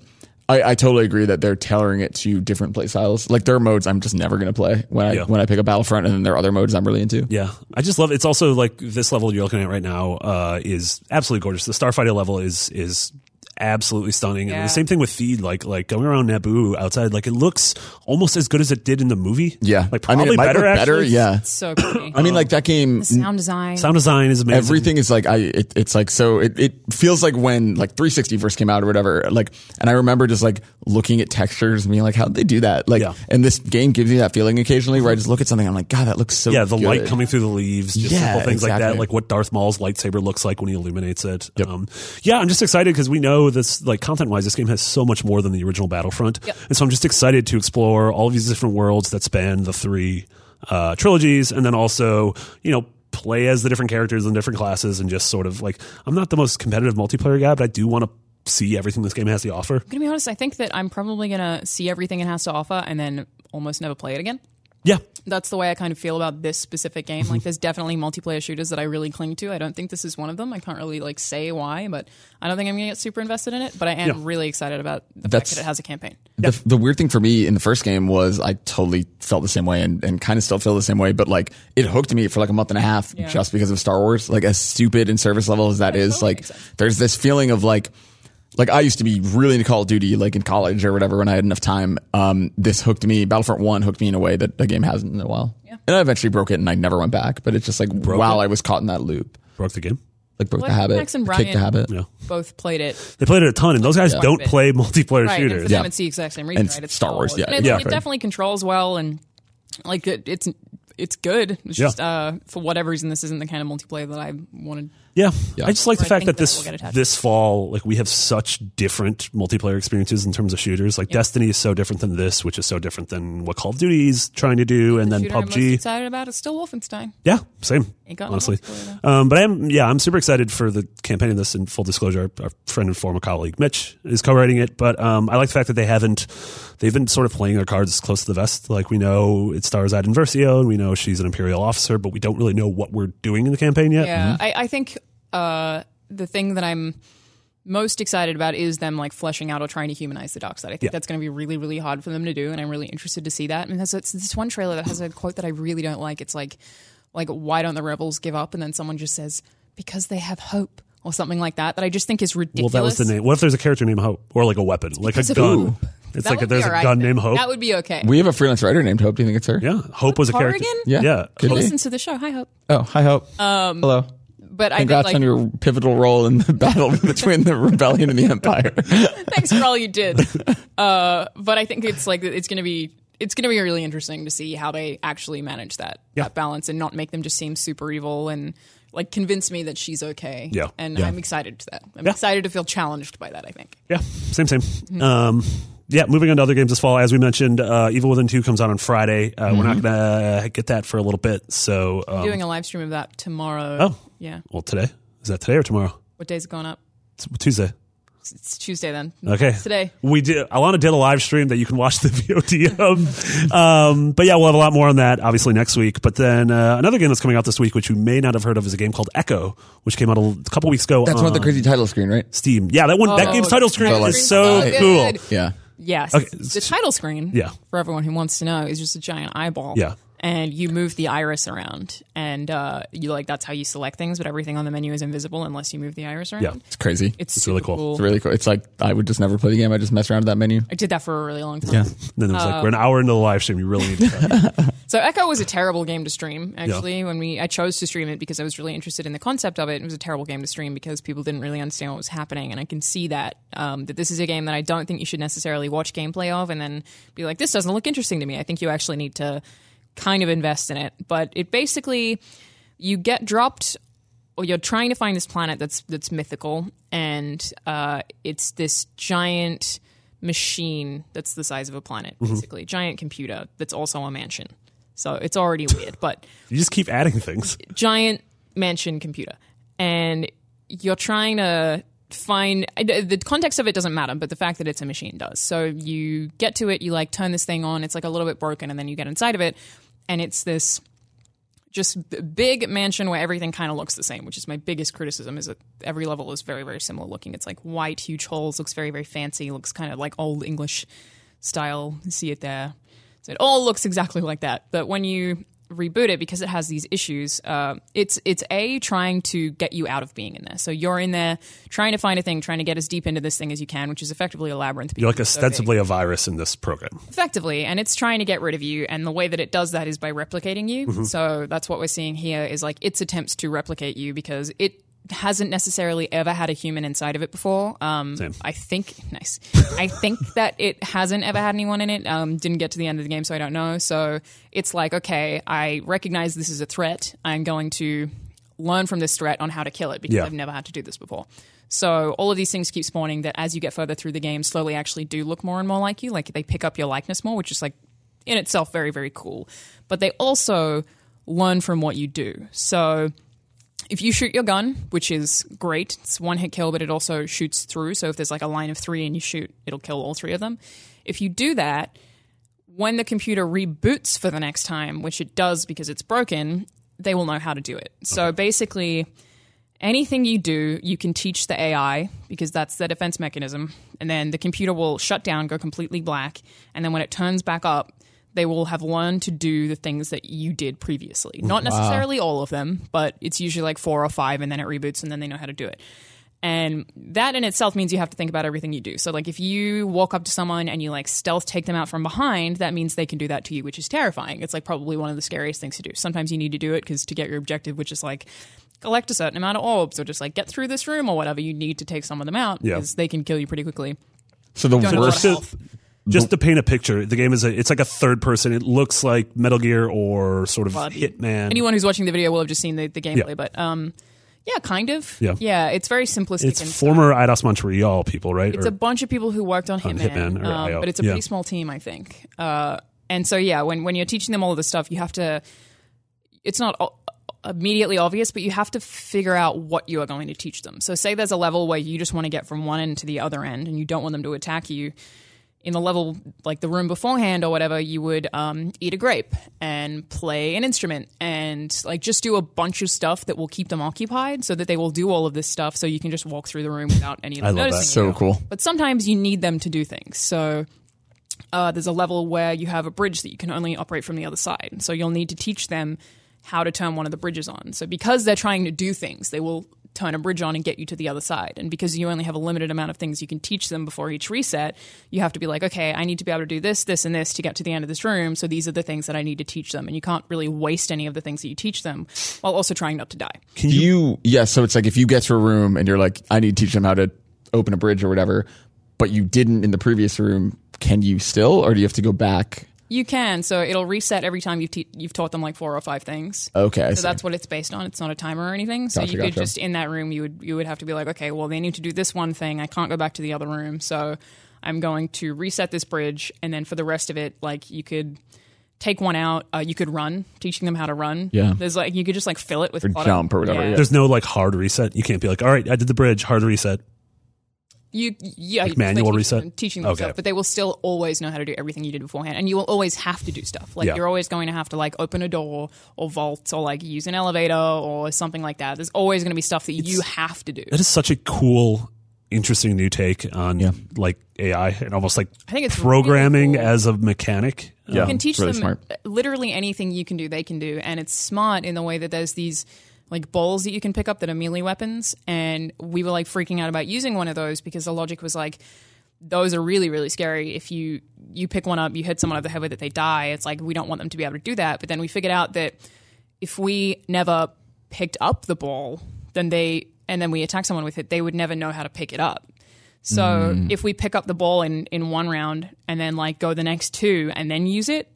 S5: I, I totally agree that they're tailoring it to different play styles. Like there are modes I'm just never gonna play when I
S3: Yeah.
S5: when I pick a Battlefront, and then there are other modes I'm really into.
S3: Yeah, I just love. It's also like this level you're looking at right now uh, is absolutely gorgeous. The Starfighter level is is absolutely stunning. And
S4: Yeah.
S3: the same thing with Feed, like like going around Naboo outside, like it looks almost as good as it did in the movie.
S5: Yeah,
S3: like
S5: I
S3: probably
S5: mean, it might
S3: better.
S5: look better.
S3: actually. um,
S5: Yeah,
S4: It's
S3: <coughs>
S4: so pretty.
S5: I mean, like that game.
S4: the sound design.
S3: sound design is amazing.
S5: Everything is like I. It, it's like so. It, it feels like when like 360 first came out or whatever. Like, and I remember just like looking at textures and being like, "How would they do that?" Like,
S3: Yeah.
S5: and this game gives me that feeling occasionally where I just look at something. I'm like, "God, that looks so."
S3: Yeah, the light
S5: good."
S3: coming through the leaves, just
S5: Yeah,
S3: simple things like that,
S5: exactly.
S3: like what Darth Maul's lightsaber looks like when he illuminates it. Um, yeah, I'm just excited because we know this, like content-wise, this game has so much more than the original Battlefront, and so I'm just excited to explore all of these different worlds that span the three uh, trilogies, and then also, you know. Play as the different characters and different classes, and just sort of like I'm not the most competitive multiplayer guy, but I do want to see everything this game has to offer.
S4: I'm gonna be honest. I think that I'm probably gonna see everything it has to offer and then almost never play it again.
S3: Yeah,
S4: That's the way I kind of feel about this specific game.
S5: <laughs>
S4: Like, there's definitely multiplayer shooters that I really cling to. I don't think this is one of them. I can't really like say why, but I don't think I'm gonna get super invested in it. But I am really excited about the
S5: That's-
S4: fact that it has a campaign.
S5: The, the weird thing for me in the first game was I totally felt the same way and, and kind of still feel the same way, but like it hooked me for like a month and a half just because of Star Wars. Like as stupid and service level as that is, like there's this feeling of like, like I used to be really into Call of Duty, like in college or whatever when I had enough time. Um, this hooked me. Battlefront One hooked me in a way that the game hasn't in a while. And I eventually broke it and I never went back. But it's just like wow, I was caught in that loop,
S3: broke the game.
S5: like broke
S4: Well,
S5: the
S4: I think
S5: habit,
S4: Max and
S5: kicked the
S4: Brian-
S5: habit.
S3: Yeah,
S4: Both played it,
S3: they played it a ton, and those guys don't
S4: bit.
S3: play multiplayer
S4: right? And for
S3: shooters.
S4: them,
S5: Yeah.
S4: it's the exact same reason,
S5: And
S4: right? It's
S5: Star Wars, yeah,
S4: and it's,
S5: exactly.
S4: it definitely controls well, and like it, it's it's good. It's
S3: Yeah.
S4: just uh, for whatever reason, this isn't the kind of multiplayer that I wanted.
S3: Yeah.
S5: Yeah.
S3: I just like
S4: Or
S3: the
S4: I
S3: fact that
S4: think that
S3: this
S4: will get attached.
S3: this fall, like we have such different multiplayer experiences in terms of shooters. Like Destiny is so different than this, which is so different than what Call of Duty is trying to do, and then
S4: Shooter I'm most
S3: PUBG.
S4: excited about is still Wolfenstein.
S3: Yeah, same.
S4: Ain't got no
S3: Honestly,
S4: multiplayer,
S3: um, but I'm yeah, I'm super excited for the campaign of this. In full disclosure, our, our friend and former colleague Mitch is co-writing it, but um, I like the fact that they haven't they've been sort of playing their cards close to the vest. Like we know it stars Ad Versio, and we know she's an imperial officer, but we don't really know what we're doing in the campaign yet.
S4: Yeah, I, I think uh, the thing that I'm most excited about is them like fleshing out or trying to humanize the dark side. I think
S3: Yeah.
S4: that's going to be really, really hard for them to do, and I'm really interested to see that. And there's it's this one trailer that has a quote that I really don't like. It's like, like why don't the rebels give up? And then someone just says because they have hope or something like that. That I just think is
S3: Well,
S4: ridiculous.
S3: that was the name. What if there's a character named Hope or like a weapon, like a
S4: because of
S3: gun?
S4: Hope.
S3: It's
S4: That
S3: like
S4: would
S3: there's a
S4: be all right,
S3: gun
S4: though.
S3: named Hope.
S4: That would be okay.
S5: We have a freelance writer named Hope. Do you think it's her?
S3: yeah, Hope was a character.
S4: Corrigan?
S5: Yeah. Could
S4: He
S5: be.
S4: listens to the show. Hi, Hope.
S5: Oh, hi, Hope.
S4: Um,
S5: Hello.
S4: But
S5: Congrats
S4: I did, like,
S5: on your pivotal role in the <laughs> battle between the rebellion and the empire.
S4: thanks for all you did. <laughs> Uh, but I think it's like it's going to be it's going to be really interesting to see how they actually manage that,
S3: Yeah.
S4: that balance and not make them just seem super evil and like convince me that she's okay.
S3: Yeah.
S4: and
S3: Yeah.
S4: I'm excited to that. I'm
S3: Yeah.
S4: excited to feel challenged by that. I think.
S3: Yeah, same, same.
S4: Hmm.
S3: Um, yeah, moving on to other games this fall. As we mentioned, uh, Evil Within 2 comes out on Friday. Uh, We're
S4: Mm-hmm.
S3: not going to get that for a little bit. So, um,
S4: Doing a live stream of that tomorrow.
S3: Oh.
S4: yeah.
S3: well, today? Is that today or tomorrow?
S4: What day's it going up?
S3: It's Tuesday.
S4: It's Tuesday then.
S3: Okay.
S4: It's today.
S3: We did. Alana did a live stream that you can watch <laughs> the VOD of. Um, but yeah, we'll have a lot more on that obviously next week. But then uh, another game that's coming out this week, which you may not have heard of, is a game called Echo, which came out a l- a couple weeks ago.
S5: That's
S3: on
S5: one of
S4: Uh.
S5: the crazy title screen, right?
S3: Steam. Yeah, that one. that
S4: Oh,
S3: game's title
S4: the
S3: screen
S5: title
S3: is
S5: screen's
S3: so
S4: so
S3: cool.
S4: good.
S5: Yeah.
S4: Yes.
S3: Okay.
S4: The title screen,
S3: Yeah.
S4: for everyone who wants to know, is just a giant eyeball.
S3: Yeah.
S4: And you move the iris around, and uh, you like that's how you select things. But everything on the menu is invisible unless you move the iris around.
S3: Yeah.
S5: It's crazy.
S4: It's,
S3: It's
S4: super
S3: really
S4: cool.
S3: cool.
S5: It's really cool. It's like I would just never play the game. I just mess around with that menu.
S4: I did that for a really long time.
S3: And then it was
S4: Uh,
S3: like, we're an hour into the live stream. You really need to try it."
S4: So Echo was a terrible game to stream. Actually, when we I chose to stream it because I was really interested in the concept of it. It was a terrible game to stream because people didn't really understand what was happening, and I can see that um, that this is a game that I don't think you should necessarily watch gameplay of and then be like, this doesn't look interesting to me. I think you actually need to kind of invest in it. But it basically you get dropped well, oh, you're trying to find this planet that's that's mythical, and uh, it's this giant machine that's the size of a planet, basically, giant computer that's also a mansion. So it's already weird, but
S3: You just keep adding things.
S4: giant mansion computer, and you're trying to find I- the context of it doesn't matter, but the fact that it's a machine does. So you get to it, you like turn this thing on, it's like a little bit broken, and then you get inside of it, and it's this just b- big mansion where everything kind of looks the same, which is my biggest criticism. Is that every level is very, very similar looking. It's like white, huge holes. Looks very, very fancy. Looks kind of like old English style. You see it there. So it all looks exactly like that. But when you reboot it, because it has these issues, uh, it's it's a trying to get you out of being in there. So you're in there trying to find a thing, trying to get as deep into this thing as you can, which is effectively a labyrinth.
S3: You're
S4: because
S3: like
S4: it's so big
S3: ostensibly a virus in this program.
S4: effectively and it's trying to get rid of you and the way that it does that is by replicating you so that's what we're seeing here is like its attempts to replicate you because it hasn't necessarily ever had a human inside of it before um i think <laughs> nice i think that it hasn't ever had anyone in it um didn't get to the end of the game so i don't know so it's like okay i recognize this is a threat i'm going to learn from this threat on how to kill it because
S3: Yeah.
S4: I've never had to do this before. So all of these things keep spawning that as you get further through the game, slowly actually do look more and more like you. Like they pick up your likeness more, which is like in itself very, very cool. But they also learn from what you do. So if you shoot your gun, which is great, it's one hit kill, but it also shoots through. So if there's like a line of three and you shoot, it'll kill all three of them. If you do that, when the computer reboots for the next time, which it does because it's broken, they will know how to do it. So basically, anything you do, you can teach the AI because that's the defense mechanism. And then the computer will shut down, go completely black. And then when it turns back up, they will have learned to do the things that you did previously. Not necessarily all of them, but it's usually like four or five, and then it reboots, and then they know how to do it. And that in itself means you have to think about everything you do. So, like, if you walk up to someone and you like stealth take them out from behind, that means they can do that to you, which is terrifying. It's like probably one of the scariest things to do. Sometimes you need to do it because to get your objective, which is like collect a certain amount of orbs or just like get through this room or whatever, you need to take some of them out
S3: Yeah.
S4: because they can kill you pretty quickly.
S5: So the
S4: Don't know
S5: worst.
S4: what
S3: Just, just to paint a picture, the game is a, it's like a third person. It looks like Metal Gear or sort of
S4: Bloody-
S3: Hitman.
S4: Anyone who's watching the video will have just seen the, the gameplay,
S3: Yeah.
S4: but um, Yeah, kind of.
S3: Yeah.
S4: it's very simplistic.
S3: It's
S4: and
S3: former IDOS Montreal people, right?
S4: it's
S3: Or-
S4: a bunch of people who worked on Hitman,
S3: Hitman or
S4: um,
S3: IO.
S4: but it's a
S3: Yeah.
S4: pretty small team, I think. Uh, and so yeah, when when you're teaching them all of this stuff, you have to. It's not o- immediately obvious, but you have to figure out what you are going to teach them. So say there's a level where you just want to get from one end to the other end, and you don't want them to attack you. In the level, like the room beforehand or whatever, you would um, eat a grape and play an instrument and like just do a bunch of stuff that will keep them occupied, so that they will do all of this stuff. So you can just walk through the room without any of
S3: love
S4: them
S3: that.
S4: noticing. you.
S5: So cool.
S4: But sometimes you need them to do things. So uh, there's a level where you have a bridge that you can only operate from the other side. So you'll need to teach them how to turn one of the bridges on. So because they're trying to do things, they will turn a bridge on and get you to the other side. And because you only have a limited amount of things you can teach them before each reset, you have to be like, okay, I need to be able to do this, this, and this to get to the end of this room. So these are the things that I need to teach them. And you can't really waste any of the things that you teach them while also trying not to die.
S5: Can you, yeah, so it's like if you get to a room and you're like, I need to teach them how to open a bridge or whatever, but you didn't in the previous room, can you still, or do you have to go back?
S4: You can. So it'll reset every time you've, te- you've taught them like four or five things.
S5: Okay, I
S4: So
S5: see.
S4: that's what it's based on. It's not a timer or anything. So
S5: Gotcha,
S4: you could
S5: gotcha.
S4: just in that room you would you would have to be like, okay, well they need to do this one thing. I can't go back to the other room. So I'm going to reset this bridge and then for the rest of it like you could take one out. Uh, you could run, teaching them how to run.
S5: Yeah.
S4: There's like you could just like fill it with
S5: Or
S4: auto-
S5: jump or whatever, yeah.
S3: There's no like hard reset. You can't be like, all right, I did the bridge, hard reset.
S4: You yeah, you-
S3: manual
S4: teaching
S3: reset?
S4: them- teaching them
S3: Okay.
S4: stuff, but they will still always know how to do everything you did beforehand, and you will always have to do stuff. Like
S3: Yeah.
S4: you're always going to have to like open a door or vault or like use an elevator or something like that. There's always going to be stuff that you have to do.
S3: That is such a cool, interesting new take on like AI and almost like
S4: I think it's really
S3: programming
S4: cool.
S3: as a mechanic.
S5: Yeah,
S3: Um,
S4: you can teach
S5: it's really
S4: them
S5: smart.
S4: literally anything you can do, they can do, and it's smart in the way that there's these like bowls that you can pick up that are melee weapons, and we were like freaking out about using one of those because the logic was like those are really really scary if you you pick one up you hit someone over the head with it they die it's like we don't want them to be able to do that but then we figured out that if we never picked up the ball then they and then we attack someone with it they would never know how to pick it up so
S3: Mm.
S4: if we pick up the ball in in one round and then like go the next two and then use it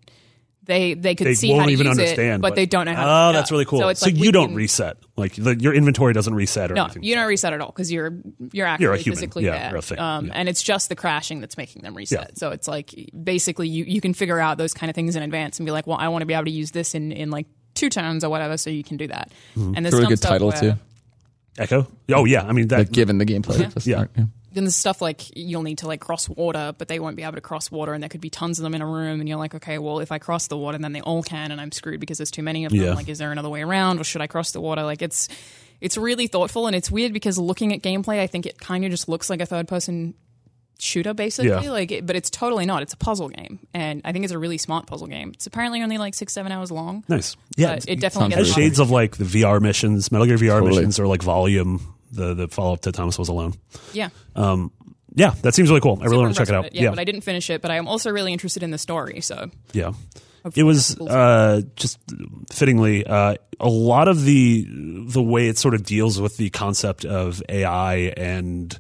S4: they they could
S3: They
S4: see
S3: won't
S4: how to
S3: even
S4: use
S3: understand,
S4: it but, they don't know how. to
S3: Oh,
S4: pick it
S3: that's
S4: up.
S3: really cool. So,
S4: it's like we
S3: you don't
S4: can-
S3: reset. Like the, your inventory doesn't reset or
S4: No,
S3: anything.
S4: you don't reset at all because you're you're actually
S3: human.
S4: physically
S3: Yeah,
S4: there.
S3: you're a thing.
S4: Um,
S3: Yeah.
S4: And it's just the crashing that's making them reset.
S3: Yeah.
S4: So it's like basically you, you can figure out those kind of things in advance and be like, well, I want to be able to use this in, in like two turns or whatever, so you can do that. And there's
S5: Mm-hmm. It's a really
S4: some
S5: good
S4: stuff
S5: title,
S4: where-
S5: too.
S3: Echo. Oh yeah, I mean that.
S5: Like, given the gameplay. That's
S3: Yeah.
S5: smart, yeah.
S4: Then there's stuff like you'll need to like cross water, but they won't be able to cross water, and there could be tons of them in a room, and you're like, okay, well, if I cross the water, then they all can, and I'm screwed because there's too many of them.
S3: Yeah.
S4: Like, is there another way around, or should I cross the water? Like, it's it's really thoughtful, and it's weird because looking at gameplay, I think it kind of just looks like a third person shooter, basically.
S3: Yeah.
S4: Like, it, but it's totally not. It's a puzzle game, and I think it's a really smart puzzle game. It's apparently only like six, seven hours long.
S3: Nice. Yeah.
S4: But Uh, it definitely
S3: has
S4: gets a lot
S5: sounds really
S4: of-
S3: shades of like the VR missions, Metal Gear VR
S5: Totally.
S3: missions, or like Volume, the the follow up to Thomas Was Alone.
S4: yeah.
S3: Yeah, that seems really cool. I really want to check it out.
S4: Yeah, but I didn't finish it. But I am also really interested in the story. So
S3: Yeah. It was uh, just fittingly uh, a lot of the the way it sort of deals with the concept of AI and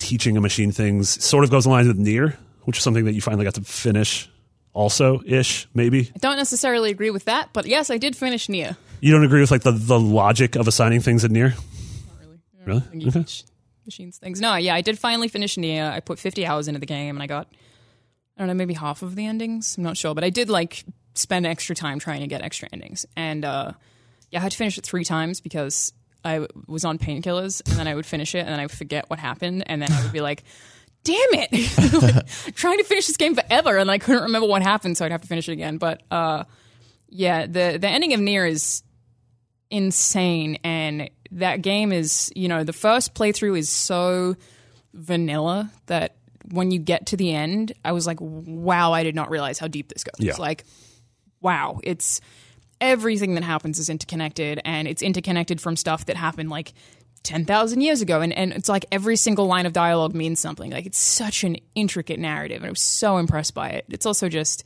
S3: teaching a machine things sort of goes in line with near, which is something that you finally got to finish, also ish maybe.
S4: I don't necessarily agree with that, but yes, I did finish Nia.
S3: You don't agree with like the, the logic of assigning things in near? Really?
S4: You teach machines things. No, yeah, I did finally finish Nia. I put 50 hours into the game and I got, I don't know, maybe half of the endings. I'm not sure, but I did like spend extra time trying to get extra endings. And uh, yeah, I had to finish it three times because I was on painkillers and then I would finish it and then I would forget what happened and then I would be like, damn it. <laughs> Like, trying to finish this game forever and I couldn't remember what happened, so I'd have to finish it again. But uh, yeah, the, the ending of Nier is insane and that game is you know the first playthrough is so vanilla that when you get to the end i was like wow i did not realize how deep this goes
S3: Yeah.
S4: like wow it's everything that happens is interconnected and it's interconnected from stuff that happened like 10,000 years ago and and it's like every single line of dialogue means something like it's such an intricate narrative and I was so impressed by it it's also just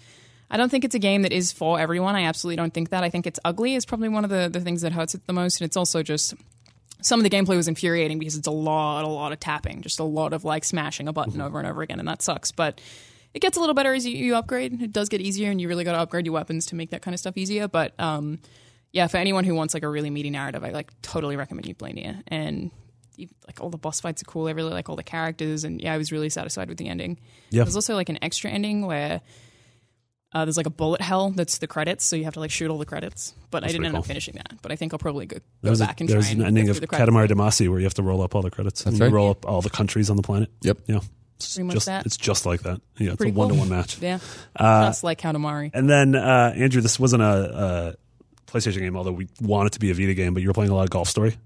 S4: I don't think it's a game that is for everyone. I absolutely don't think that. I think it's ugly is probably one of the, the things that hurts it the most. And it's also just some of the gameplay was infuriating because it's a lot, a lot of tapping, just a lot of like smashing a button over and over again, and that sucks. But it gets a little better as you, you upgrade. It does get easier, and you really got to upgrade your weapons to make that kind of stuff easier. But um, yeah, for anyone who wants like a really meaty narrative, I like totally recommend Euplania. And you, like all the boss fights are cool. I really like all the characters, and yeah, I was really satisfied with the ending.
S3: Yeah.
S4: There's also like an extra ending where uh, there's like a bullet hell that's the credits, so you have to like shoot all the credits. But I didn't
S3: pretty
S4: end
S3: cool.
S4: up finishing that. But I think I'll probably go, go
S3: There's, a,
S4: back and
S3: there's
S4: try
S3: an
S4: and
S3: ending
S4: go
S3: of
S4: through the credits.
S3: Katamari Damacy where you have to roll up all the credits. That's
S5: right.
S3: Roll up all the countries on the planet.
S5: Yep.
S3: Yeah. It's
S4: Pretty much
S3: just,
S4: that.
S3: It's just like that. Yeah. It's
S4: Pretty
S3: a
S4: cool.
S3: one to one match.
S4: Yeah,
S3: Uh,
S4: just like Katamari.
S3: And then uh, Andrew, this wasn't a, a PlayStation game, although we want it to be a Vita game, but you were playing a lot of Golf Story.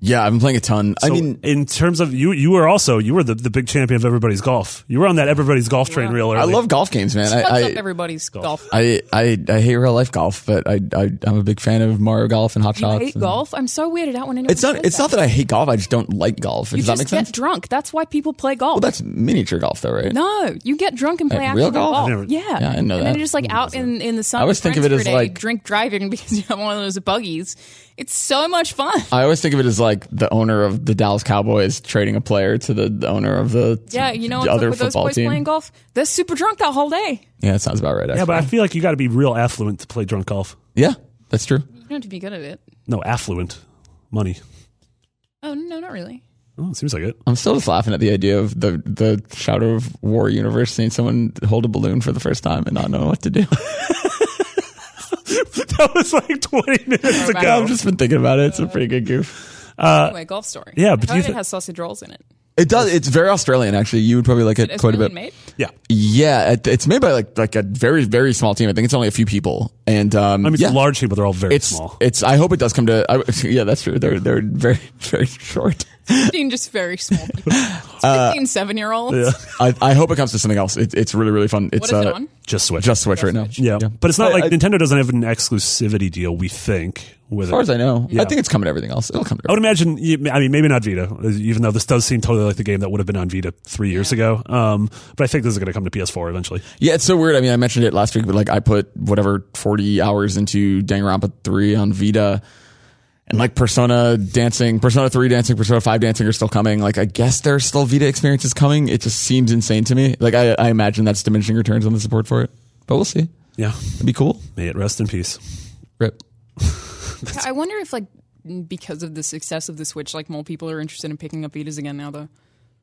S5: Yeah, I've been playing a ton. I
S3: So
S5: mean,
S3: in terms of you, you were also you were the, the big champion of everybody's golf. You were on that everybody's golf train real early.
S5: I love golf games, man.
S4: What's <laughs>
S5: I,
S4: up,
S5: I,
S4: everybody's golf?
S5: I I I hate real life golf, but I, I I'm a big fan of Mario Golf and Hot
S4: You
S5: Shots.
S4: hate
S5: and-
S4: golf? I'm so weirded out when anyone
S5: It's not.
S4: says
S5: It's not that I hate golf. I just don't like golf.
S4: You
S5: Does that
S4: just
S5: make
S4: get
S5: sense?
S4: drunk. That's why people play golf.
S5: Well, that's miniature golf, though, right?
S4: No, you get drunk and play
S5: At
S4: actual
S5: real golf?
S4: golf.
S5: I've
S3: never-
S4: yeah.
S5: Yeah, I didn't know
S4: and
S5: that.
S4: then you're just like out in, in the sun.
S5: I always
S4: with
S5: think of
S4: friends
S5: it
S4: for a
S5: as
S4: day,
S5: like-
S4: drink driving <laughs> because you have one of those buggies. It's so much
S5: <laughs>
S4: fun.
S5: I always think of it as like the owner of the Dallas Cowboys trading a player to the, the owner of the
S4: Yeah, you know
S5: the
S4: what's
S5: other
S4: up with those
S5: football
S4: boys
S5: team.
S4: playing golf? They're super drunk that whole day.
S5: Yeah, that sounds about right. Actually.
S3: yeah, but I feel like you got to be real affluent to play drunk golf.
S5: yeah, that's true.
S4: You don't have to be good at it.
S3: No, affluent money.
S4: Oh no, not really.
S3: Oh, it seems like it. <laughs>
S5: I'm still just laughing at the idea of the the Shadow of War universe seeing someone hold a balloon for the first time and not knowing what to do. <laughs>
S3: that was like 20 minutes
S4: Sorry about
S3: ago.
S5: I've just been thinking about it. It's a pretty good goof.
S4: anyway, golf story.
S3: yeah,
S4: I
S3: but do
S4: heard
S3: you
S4: it
S3: thi-
S4: has sausage rolls in it.
S5: It does. It's very Australian, actually. You would probably like it
S4: It's
S5: quite a bit.
S4: really made.
S3: yeah.
S5: Yeah, it, it's made by like like a very very small team. I think it's only a few people, and um,
S3: I mean, it's
S5: yeah.
S3: large people, they're all very
S5: It's
S3: small.
S5: it's. I hope it does come to. I, <laughs> yeah, that's true. They're they're very <laughs> very short.
S4: Fifteen just very
S5: <laughs>
S4: small people. It's
S5: Uh,
S4: 15 seven year olds.
S5: I, I hope it comes to something else. It, it's really really fun.
S4: What
S5: It's
S4: is it
S5: uh,
S4: on?
S3: just Switch.
S5: just Switch right now.
S3: yeah. But it's not
S5: I-
S3: like
S5: I-
S3: Nintendo doesn't have an exclusivity deal, we think, with
S5: As far
S3: it.
S5: as I know, I think it's coming to everything else. It'll come to.
S3: I would imagine. you- I mean, maybe not Vita, even though this does seem totally like the game that would have been on Vita three years ago. Um, but I think this is going to come to PS4 eventually.
S5: Yeah, it's so weird. I mean, I mentioned it last week, but like I put whatever 40 hours into Danganronpa 3 on Vita and like Persona dancing, Persona 3 dancing, Persona 5 dancing are still coming. Like I guess there's still Vita experiences coming. It just seems insane to me. Like I, I imagine that's diminishing returns on the support for it, but we'll see.
S3: Yeah,
S5: It'd be cool.
S3: may it rest in peace.
S5: Rip.
S4: I wonder if like because of the success of the Switch, like more people are interested in picking up Vitas again now though.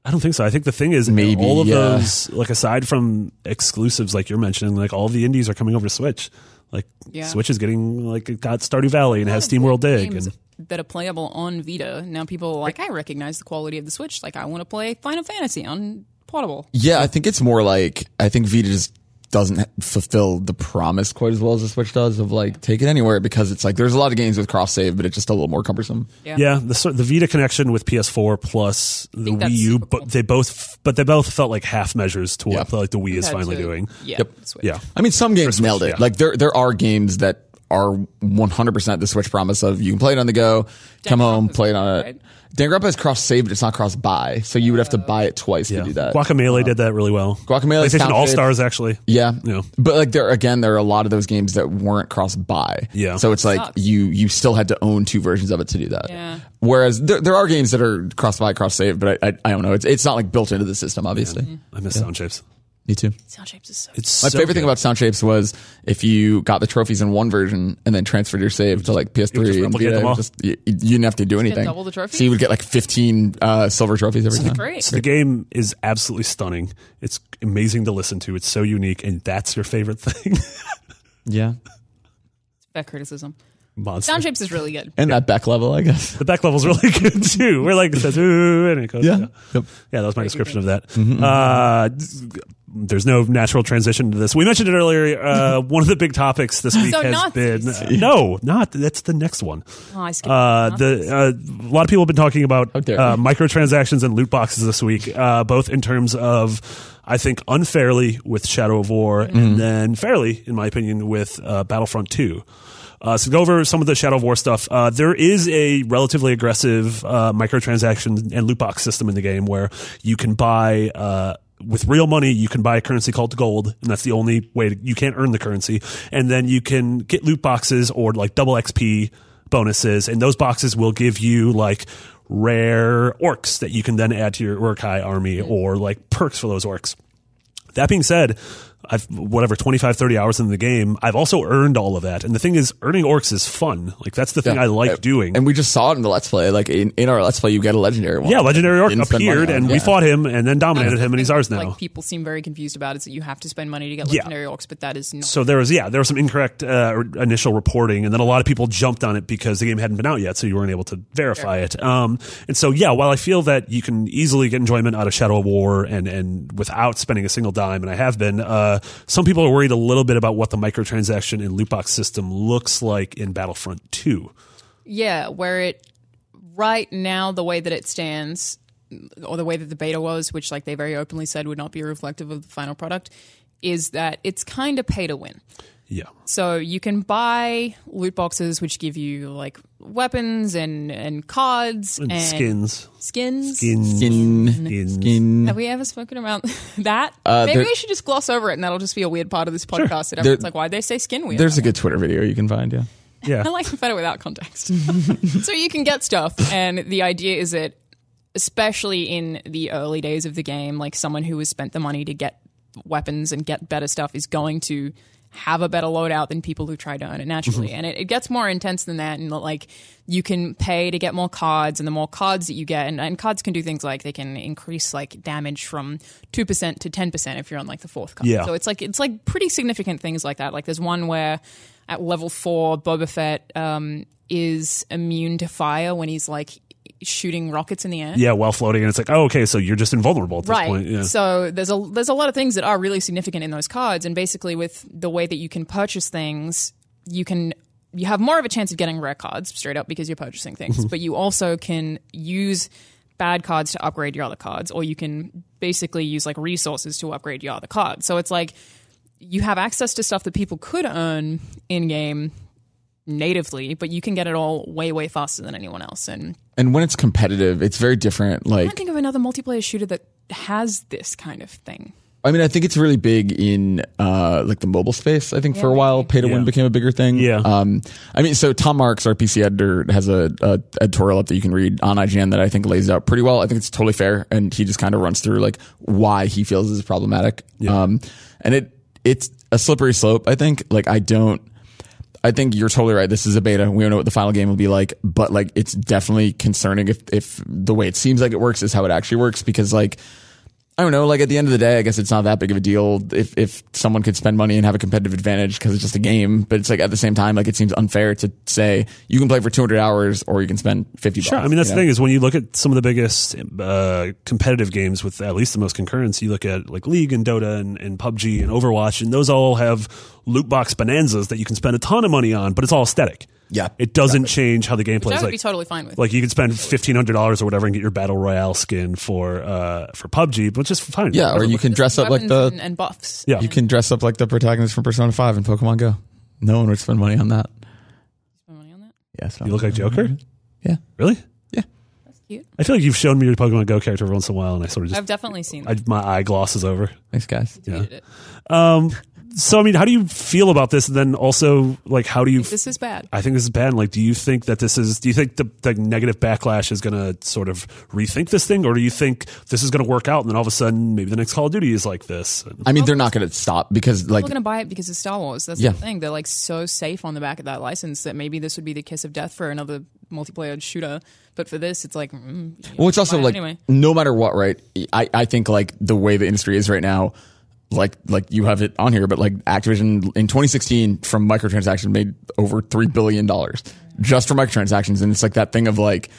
S3: I don't think so. I think the thing is,
S5: Maybe,
S3: all of
S5: yeah.
S3: those, like aside from exclusives, like you're mentioning, like all the indies are coming over to Switch. Like
S4: Yeah.
S3: Switch is getting like it got Stardew Valley and has Steam World Dig,
S4: games
S3: and
S4: that are playable on Vita. Now people are like, I recognize the quality of the Switch. Like, I want to play Final Fantasy on portable.
S5: Yeah, I think it's more like I think Vita just doesn't fulfill the promise quite as well as the Switch does of like take it anywhere because it's like there's a lot of games with cross save, but it's just a little more cumbersome.
S3: yeah, the sort- the Vita connection with PS4 plus the
S4: think that's
S3: Wii U,
S4: super cool.
S3: but they both, but they both felt like half measures to what
S5: Yeah.
S3: like the Wii is
S4: Had
S3: finally
S4: to-
S3: doing.
S4: Yeah. Switch.
S3: Yeah,
S5: I mean, some games nailed it.
S3: yeah.
S5: Like there, there are games that are 100% the Switch promise of you can play it on the go, come home,
S4: is
S5: play it on
S4: right?
S5: it. Danganronpa is cross save, but it's not cross buy, so you would have to buy it twice
S3: yeah.
S5: to do that. Um,
S3: Guacamelee did that really well.
S5: Guacamelee,
S3: PlayStation
S5: Sound
S3: All
S5: Fade.
S3: Stars actually.
S5: yeah.
S3: Yeah.
S5: but like there again, there are a lot of those games that weren't cross buy.
S3: Yeah.
S5: so it's like
S4: Sucks.
S5: you you still had to own two versions of it to do that.
S4: Yeah.
S5: Whereas there, there are games that are cross buy, cross save, but I, I I don't know. It's it's not like built into the system, obviously.
S3: I miss Sound Shapes.
S5: Me too.
S4: Sound shapes is so.
S3: It's
S5: My
S3: so
S5: favorite
S3: good.
S5: thing about Sound Shapes was if you got the trophies in one version and then transferred your save to like PS3,
S3: just
S5: and
S3: replicate
S5: Vita,
S3: them
S5: it
S3: all.
S5: was just- you, you didn't have to do anything.
S4: double the trophies?
S5: So you would get like 15 uh, silver trophies every time.
S4: great.
S3: So the game is absolutely stunning. It's amazing to listen to. It's so unique, and that's your favorite <laughs> thing.
S5: Yeah.
S4: That criticism.
S3: Monster.
S4: Sound shapes is really good.
S5: And that back level, I guess.
S3: the back level's really good too. We're like, it says, ooh, and it goes, <laughs>
S5: Yeah. <laughs> Mm-hmm,
S3: yeah.
S5: Yep.
S3: Yeah, that was my description of that. Uh,
S5: mm-hmm.
S3: d- there's no natural transition to this. We mentioned it earlier. Uh, one of the big topics this week
S4: <laughs> So
S3: has
S4: Nazis.
S3: been
S5: <laughs>
S3: uh, no, not that's the next one.
S4: Oh, I skipped
S3: Uh,
S4: that.
S3: the uh, a lot of people have been talking about uh,
S5: dare you.
S3: microtransactions and loot boxes this week, uh, both in terms of I think unfairly with Shadow of War, and then fairly, in my opinion, with uh, Battlefront Two. Uh, so go over some of the Shadow of War stuff. Uh, there is a relatively aggressive uh, microtransaction and loot box system in the game where you can buy. Uh, with real money, you can buy a currency called gold, and that's the only way to, you can't earn the currency. And then you can get loot boxes or like double XP bonuses, and those boxes will give you like rare orcs that you can then add to your Urkai army or like perks for those orcs. That being said, I've whatever 25 30 hours in the game. I've also earned all of that. And the thing is earning orcs is fun. Like that's the thing
S5: Yeah.
S3: I like
S5: Uh,
S3: doing.
S5: And we just saw it in the let's play. Like in, in our let's play, you get a legendary one.
S3: yeah, legendary orc
S5: Didn't spend money
S3: appeared
S5: on it.
S3: and we
S5: Yeah.
S3: fought him and then dominated
S4: That's the
S3: him and he's
S4: thing,
S3: ours
S4: like,
S3: now.
S4: people seem very confused about is that you have to spend money to get
S3: Yeah.
S4: legendary orcs, but that is not.
S3: So there was yeah there was some incorrect uh, or- initial reporting, and then a lot of people jumped on it because the game hadn't been out yet, so you weren't able to verify it. Um, and so yeah, while I feel that you can easily get enjoyment out of Shadow of War and and without spending a single dime, and I have been, uh, some people are worried a little bit about what the microtransaction and loot box system looks like in Battlefront Two.
S4: yeah, where it right now the way that it stands, or the way that the beta was, which like they very openly said would not be reflective of the final product, is that it's kind of pay to win.
S3: Yeah,
S4: So you can buy loot boxes which give you like weapons and and cards and,
S3: and skins,
S4: skins.
S3: skins,
S5: Skin.
S3: skins.
S5: Skin.
S4: Have we ever spoken about <laughs> that? Maybe
S5: Uh, there-
S4: we should just gloss over it, and that'll just be a weird part of this podcast. That
S5: There-
S4: everyone's like, "Why'd they say skin weird?"
S5: There's a good Twitter video you can find. Yeah.
S3: Yeah,
S4: I like it better
S3: <laughs>
S4: without context. so you can get stuff, and the idea is that, especially in the early days of the game, like someone who has spent the money to get weapons and get better stuff is going to have a better loadout than people who try to earn it
S3: Mm-hmm.
S4: naturally. and it, it gets more intense than that, and like you can pay to get more cards, and the more cards that you get, and, and cards can do things like they can increase like damage from two percent to ten percent if you're on like the fourth card.
S3: Yeah.
S4: So it's like it's like pretty significant things like that. Like there's one where at level four, Boba Fett um, is immune to fire when he's like shooting rockets in the air.
S3: yeah, while floating, and it's like, oh, okay, so you're just invulnerable at this
S4: Right.
S3: point. Yeah.
S4: So there's a there's a lot of things that are really significant in those cards, and basically with the way that you can purchase things, you can you have more of a chance of getting rare cards straight up because you're purchasing things,
S3: Mm-hmm.
S4: but you also can use bad cards to upgrade your other cards, or you can basically use like resources to upgrade your other cards. So it's like you have access to stuff that people could earn in game natively, but you can get it all way way faster than anyone else. And
S5: And when it's competitive, it's very
S4: I
S5: different.
S4: can't
S5: Like,
S4: think of another multiplayer shooter that has this kind of thing.
S5: I mean, I think it's really big in uh, like the mobile space. I think for a while, pay to
S3: Yeah.
S5: win became a bigger thing.
S3: Yeah.
S5: Um, I mean, so Tom Marks, our PC editor, has a, a editorial up that you can read on IGN that I think lays it out pretty well. I think it's totally fair, and he just kind of runs through like why he feels this is problematic. Um, and it it's a slippery slope. I think. Like, I don't. I think you're totally right. This is a beta. We don't know what the final game will be like, but like it's definitely concerning if if the way it seems like it works is how it actually works because like I don't know, like at the end of the day, I guess it's not that big of a deal if if someone could spend money and have a competitive advantage because it's just a game, but it's like at the same time like it seems unfair to say you can play for 200 hours or you can spend 50
S3: Sure.
S5: bucks,
S3: I mean, that's
S5: you
S3: the
S5: know?
S3: thing is when you look at some of the biggest uh, competitive games with at least the most concurrence, you look at like League and Dota and, and PUBG and Overwatch, and those all have loot box bonanzas that you can spend a ton of money on, but it's all aesthetic.
S5: Yeah,
S3: It doesn't change how the game
S4: Which
S3: plays.
S4: I would
S3: Like,
S4: be totally fine with.
S3: like you can spend fifteen hundred dollars or whatever and get your battle royale skin for uh, for PUBG, which is fine.
S5: Yeah, or you can dress up like
S4: Weapons
S5: the
S4: and, and buffs.
S3: Yeah.
S5: you can dress up like the protagonist from Persona 5 and Pokemon Go. No one would spend money on that.
S4: Spend money on that.
S5: Yes.
S3: you look like Joker.
S5: Mm-hmm. Yeah.
S3: Really?
S4: That's cute.
S3: I feel like you've shown me your Pokemon Go character every once in a while, and I sort of just
S4: I've definitely seen
S3: I,
S4: that.
S3: my eye glosses over.
S5: Thanks guys.
S4: I hated it.
S3: Um, so I mean, how do you feel about this? And then also, like, how do you?
S4: This is bad.
S3: I think this is bad. Like, do you think that this is? Do you think the, the negative backlash is going to sort of rethink this thing, or do you think this is going to work out? And then all of a sudden, maybe the next Call of Duty is like this.
S5: I mean, they're not going to stop because like
S4: People are going to buy it because it's Star Wars. That's
S5: Yeah.
S4: the thing. They're like so safe on the back of that license that maybe this would be the kiss of death for another multiplayer shooter. But for this, it's like, mm, you
S5: Well, it's
S4: know,
S5: also
S4: buy it
S5: like
S4: anyway.
S5: no matter what, right? I, I think like the way the industry is right now, like like you have it on here, but like Activision in 2016 from microtransactions made over three billion dollars just for microtransactions, and it's like that thing of like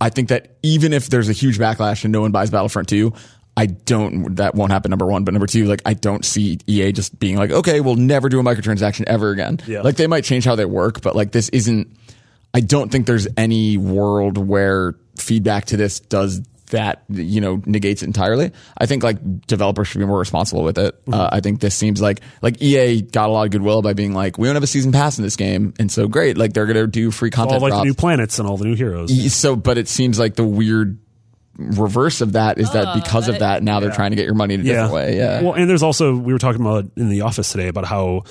S5: I think that even if there's a huge backlash and no one buys Battlefront 2. I don't. That won't happen. Number one, but number two, like I don't see EA just being like, okay, we'll never do a microtransaction ever again.
S3: Yeah.
S5: Like they might change how they work, but like this isn't. I don't think there's any world where feedback to this does that, you know, negates it entirely. I think like developers should be more responsible with it. Uh, I think this seems like, like EA got a lot of goodwill by being like, we don't have a season pass in this game. And so great. Like they're going to do free
S3: all
S5: content.
S3: like the
S5: drops. E,
S3: new planets and all the new heroes.
S5: so, but it seems like the weird reverse of that is that because of that, now they're trying to get your money in a different way. Yeah.
S3: Well, and there's also we were talking about in the office today about how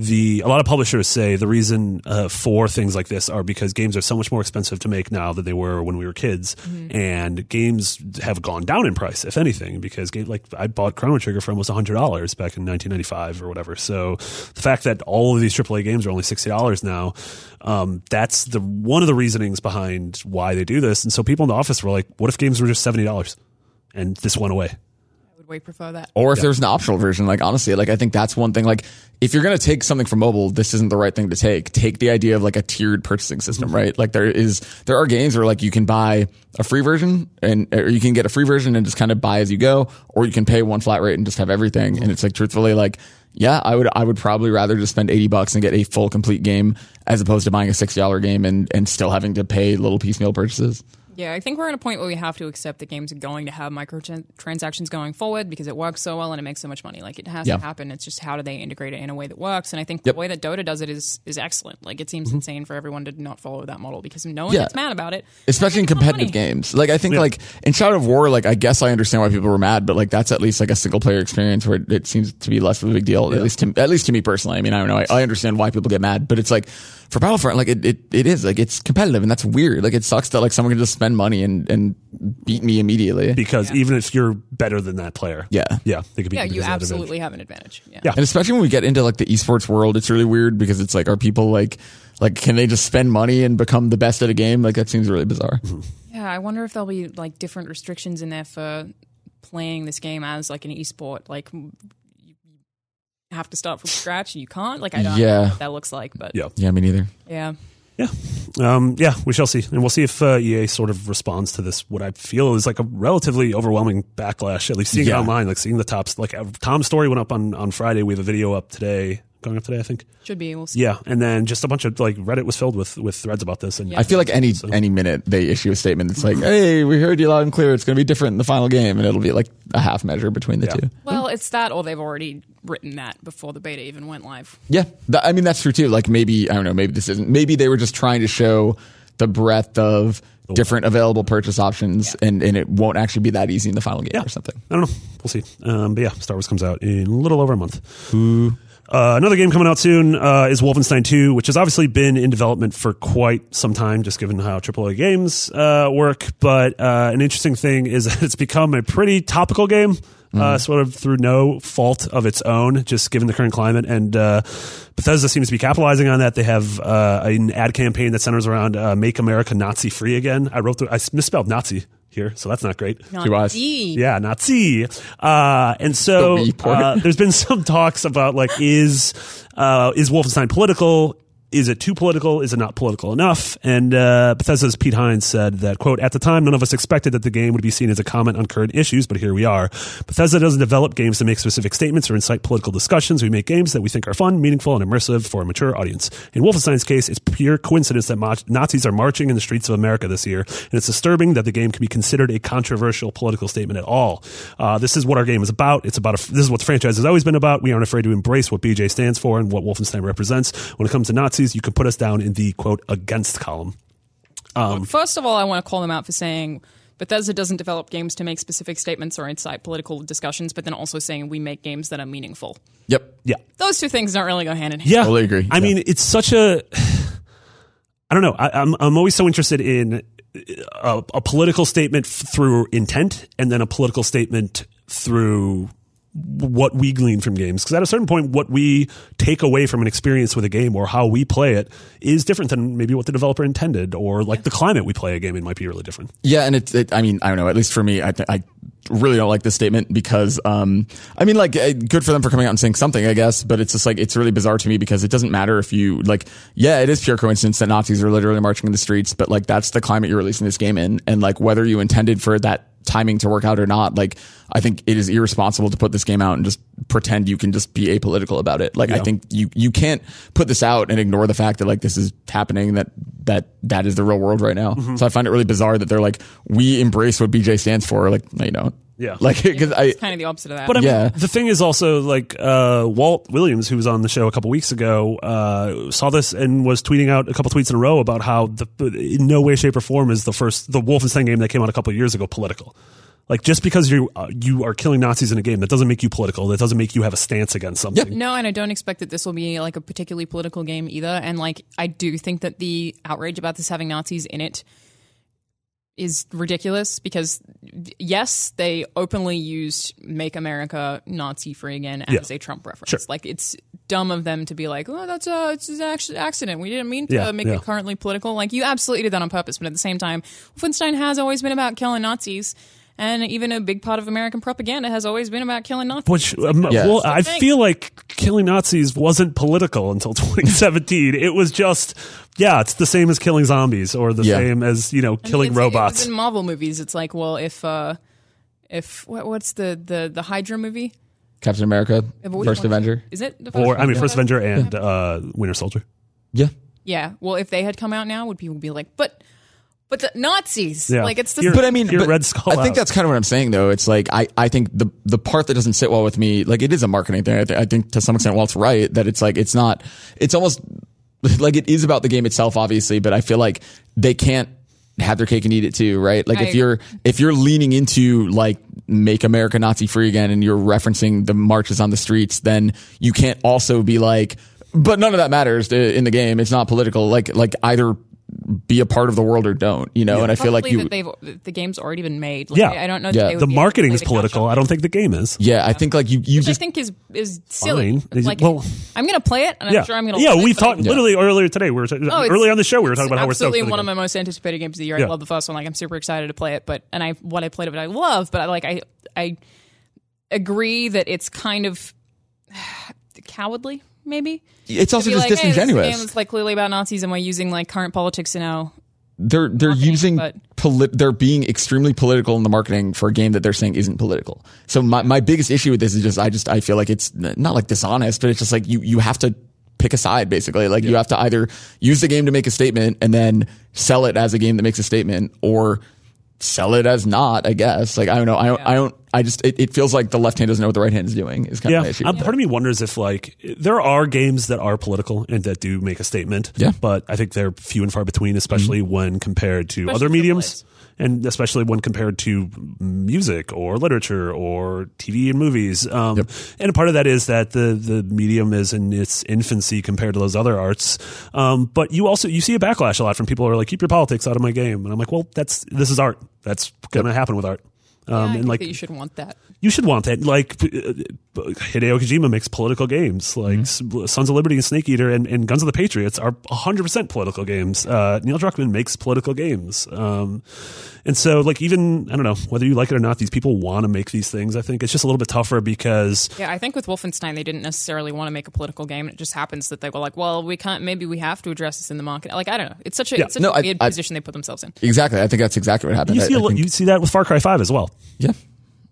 S3: the a lot of publishers say the reason uh, for things like this are because games are so much more expensive to make now than they were when we were kids,
S5: Mm-hmm.
S3: and games have gone down in price, if anything, because game, like I bought Chrono Trigger for almost hundred dollars back in 1995 or whatever. So the fact that all of these AAA games are only sixty dollars now, um, that's the one of the reasonings behind why they do this. And so people in the office were like, "What if games were just seventy dollars?" And this went away.
S4: would we prefer that?
S5: or if there's an optional version like honestly like i think that's one thing like if you're going to take something from mobile this isn't the right thing to take take the idea of like a tiered purchasing system right like there is there are games where like you can buy a free version and or you can get a free version and just kind of buy as you go or you can pay one flat rate and just have everything and it's like truthfully like yeah i would i would probably rather just spend 80 bucks and get a full complete game as opposed to buying a $60 game and and still having to pay little piecemeal purchases
S4: Yeah, I think we're at a point where we have to accept that games are going to have microtransactions going forward because it works so well and it makes so much money. Like it has
S5: Yeah.
S4: to happen. It's just how do they integrate it in a way that works? And I think
S5: Yep. Mm-hmm.
S4: the way that Dota does it is is excellent. Like it seems insane for everyone to not follow that model because no one
S5: Yeah.
S4: gets mad about it.
S5: especially in
S4: Make more
S5: competitive
S4: money.
S5: games. Like I think like in Shadow of War, like I guess I understand why people were mad, but like that's at least like a single player experience where it seems to be less of a big deal. At least to at least to me personally. I mean, I don't know. I, I understand why people get mad, but it's like for Battlefront, like it, it it is like it's competitive and that's weird. Like it sucks that like someone can just spend money and and beat me immediately.
S3: because even if you're better than that player,
S5: Yeah.
S3: yeah, they could be.
S4: Yeah,
S3: because
S4: you
S3: of that advantage.
S4: absolutely have an advantage. Yeah.
S3: Yeah.
S5: And especially when we get into like the esports world, it's really weird because it's like are people like like can they just spend money and become the best at a game? Like that seems really bizarre.
S4: Yeah, I wonder if there'll be like different restrictions in there for playing this game as like an esport. Like m- you you have to start from scratch and you can't. Like I don't know
S5: Yeah.
S4: what that looks like, but
S3: Yeah.
S5: Yeah, me neither.
S4: yeah.
S3: Um, yeah, we shall see, and we'll see if uh, EA sort of responds to this. What I feel is like a relatively overwhelming backlash. At least seeing it
S5: Yeah.
S3: online, like seeing the tops. Like uh, Tom's story went up on on Friday. We have a video up today, going up today, I think.
S4: Should be. We'll see.
S3: Yeah, and then just a bunch of like Reddit was filled with with threads about this. And
S5: I feel like any any minute they issue a statement that's like, "Hey, we heard you loud and clear. It's going to be different in the final game," and it'll be like a half measure between the
S3: Yeah.
S5: two.
S4: Well, it's that, or they've already written that before the beta even went live.
S5: Yeah, Th- I mean that's true too. Like maybe I don't know. Maybe this isn't. Maybe they were just trying to show the breadth of different available purchase options, and and it won't actually be that easy in the final game or something.
S3: I don't know. We'll see. Um, but yeah, Star Wars comes out in a little over a month. Uh, another game coming out soon uh, is Wolfenstein 2, which has obviously been in development for quite some time, just given how AAA games uh, work. But uh, an interesting thing is <laughs> that it's become a pretty topical game,
S5: Mm-hmm.
S3: uh, sort of through no fault of its own, just given the current climate. And uh, Bethesda seems to be capitalizing on that. They have uh, an ad campaign that centers around uh, "Make America Nazi Free Again." I wrote, the, I misspelled Nazi here, so that's not great.
S5: Two eyes.
S4: D.
S3: Yeah, Nazi. Uh, and so
S5: The Wii part.
S3: uh, there's been some talks about like is uh, is Wolfenstein political? Is it too political? Is it not political enough? And uh, Bethesda's Pete Hines said that quote At the time, none of us expected that the game would be seen as a comment on current issues, but here we are. Bethesda doesn't develop games to make specific statements or incite political discussions. We make games that we think are fun, meaningful, and immersive for a mature audience. In Wolfenstein's case, it's pure coincidence that mo- Nazis are marching in the streets of America this year, and it's disturbing that the game can be considered a controversial political statement at all. Uh, this is what our game is about. It's about a, this is what the franchise has always been about. We aren't afraid to embrace what BJ stands for and what Wolfenstein represents. When it comes to Nazis, you can put us down in the quote against column.
S4: First of all, I want to call them out for saying Bethesda doesn't develop games to make specific statements or incite political discussions, but then also saying we make games that are meaningful.
S5: Yep.
S3: Yeah,
S4: Those two things don't really go hand in hand.
S3: yeah,
S5: Totally agree.
S3: I
S5: Yeah.
S3: mean, it's such a. I don't know. I, I'm I'm always so interested in a, a political statement f- through intent, and then a political statement through what we glean from games. Because at a certain point, what we take away from an experience with a game or how we play it is different than maybe what the developer intended, or like the climate we play a game in might be really different.
S5: Yeah, and it's. It, I mean, I don't know. At least for me, I, I really don't like this statement because, um, I mean, like, eh, good for them for coming out and saying something, I guess. But it's just like it's really bizarre to me because it doesn't matter if you like. Yeah, it is pure coincidence that Nazis are literally marching in the streets, but like that's the climate you're releasing this game in, and like whether you intended for that timing to work out or not, like I think it is irresponsible to put this game out and just pretend you can just be apolitical about it. Like I think you you can't put this out and ignore the fact that like this is happening that that that is the real world right now. So I find it really bizarre that they're like we embrace what BJ stands for. Like no, you don't.
S3: Yeah.
S5: Like because I
S4: Kind of the opposite of that.
S3: But I mean,
S5: Yeah.
S3: the thing is also like uh, Walt Williams, who was on the show a couple weeks ago, uh, saw this and was tweeting out a couple tweets in a row about how the in no way, shape, or form is the first the Wolfenstein game that came out a couple years ago political. Like just because you uh, you are killing Nazis in a game, that doesn't make you political. That doesn't make you have a stance against something.
S4: No, and I don't expect that this will be like a particularly political game either. And like, I do think that the outrage about this having Nazis in it is ridiculous because yes, they openly used "Make America Nazi Free Again" as
S3: Yeah.
S4: a Trump reference. Like, it's dumb of them to be like, "Oh, that's a it's an act- accident. We didn't mean to
S3: Yeah,
S4: make
S3: yeah.
S4: it currently political." Like, you absolutely did that on purpose. But at the same time, Wolfenstein has always been about killing Nazis. And even a big part of American propaganda has always been about killing Nazis.
S3: Which um,
S5: Yeah.
S3: well, I
S4: thing.
S3: feel like killing Nazis wasn't political until <laughs> 2017. it was just yeah, it's the same as killing zombies or the
S5: Yeah.
S3: same as you know killing
S4: It's like- it was
S3: robots.
S4: in Marvel movies, it's like, well, if uh, if what, what's the, the the Hydra movie?
S5: Captain America,
S4: Yeah, but which
S5: First
S4: one-
S5: Avenger.
S4: Is it the first
S3: or I mean,
S4: one?
S3: First Avenger and uh, Winter Soldier.
S5: Yeah.
S4: Yeah. Well, if they had come out now, would people be like, but but the Nazis?
S3: Yeah.
S4: Like it's the
S3: You're-
S5: But I mean,
S3: Your
S5: but
S3: Red Skull
S5: I think
S3: out.
S5: that's kind of what I'm saying, though. It's like I, I think the the part that doesn't sit well with me, like it is a marketing thing. I, th- I think to some extent, while it's right, that it's like it's not. It's almost <laughs> like it is about the game itself, obviously. But I feel like they can't have their cake and eat it too, right? Like
S4: I
S5: if you're if you're leaning into like make America Nazi free again, and you're referencing the marches on the streets, then you can't also be like. But none of that matters to, in the game. It's not political. Like like either be a part of the world or don't. You know. And I feel like
S4: probably
S5: you
S4: that they've that the game's already been made. Like,
S3: Yeah.
S4: I don't know.
S5: Yeah.
S4: That they would
S3: The
S4: be able to
S3: marketing
S4: play
S3: is
S4: the catch-up.
S3: political. I don't think the game is.
S5: Yeah, I think like you you
S4: Which I
S5: just
S4: think is is silly.
S3: Fine. Is it-
S4: Like,
S3: well-
S4: I'm gonna play it, and
S3: yeah,
S4: I'm sure I'm gonna.
S3: yeah.
S4: love it,
S3: We've
S4: but I
S3: talked literally earlier today. We were talking
S4: Oh, it's-
S3: earlier on the show. We were talking about how we're stoked
S4: absolutely
S3: for the
S4: one of
S3: game.
S4: my most anticipated games of the year.
S3: Yeah.
S4: I love the first one. Like I'm super excited to play it, but and I what I played of it I love, but I like I I agree that it's kind of <sighs> cowardly, maybe.
S5: it's also
S4: Be
S5: just
S4: like, hey, this is a
S5: disingenuous.
S4: game that's, like clearly about Nazis, and we're using like current politics to now.
S5: they're they're using
S4: but-
S5: poli- they're being extremely political in the marketing for a game that they're saying isn't political. So my my biggest issue with this is just I just I feel like it's n- not like dishonest, but it's just like you you have to pick a side basically. Like you have to either use the game to make a statement and then sell it as a game that makes a statement or sell it as not, I guess. Like I don't know. I don't I don't I just it, it feels like the left hand doesn't know what the right hand is doing is kind of my issue.
S3: Um, part of me wonders if like there are games that are political and that do make a statement.
S5: Yeah. Mm-hmm.
S3: but I think they're few and far between, especially when compared to other
S4: AAAs.
S3: mediums, and especially when compared to music or literature or TV and movies. Um, And a part of that is that the the medium is in its infancy compared to those other arts. Um, but you also you see a backlash a lot from people who are like, "Keep your politics out of my game," and I'm like, "Well, that's this is art. That's going to happen with art."
S4: Yeah, I
S3: Um,
S4: think
S3: and like
S4: that you should want that.
S3: you should want that. Like p- uh, Hideo Kojima makes political games, like
S5: Mm-hmm.
S3: S- Sons of Liberty and Snake Eater and, and Guns of the Patriots are 100% political games. Uh, Neil Druckmann makes political games. Um, and so, like, even, I don't know, whether you like it or not, these people want to make these things. I think it's just a little bit tougher because
S4: Yeah, I think with Wolfenstein they didn't necessarily want to make a political game. It just happens that they were like, well, we can't. Maybe we have to address this in the market. Like I don't know. It's such a, it's such
S5: No, I-
S4: a weird
S5: I-
S4: position they put themselves in.
S5: exactly. I think that's exactly what happened.
S3: you
S5: I-
S3: see,
S5: I
S3: a lo-
S5: think-
S3: you see that with Far Cry 5 as well.
S5: yeah.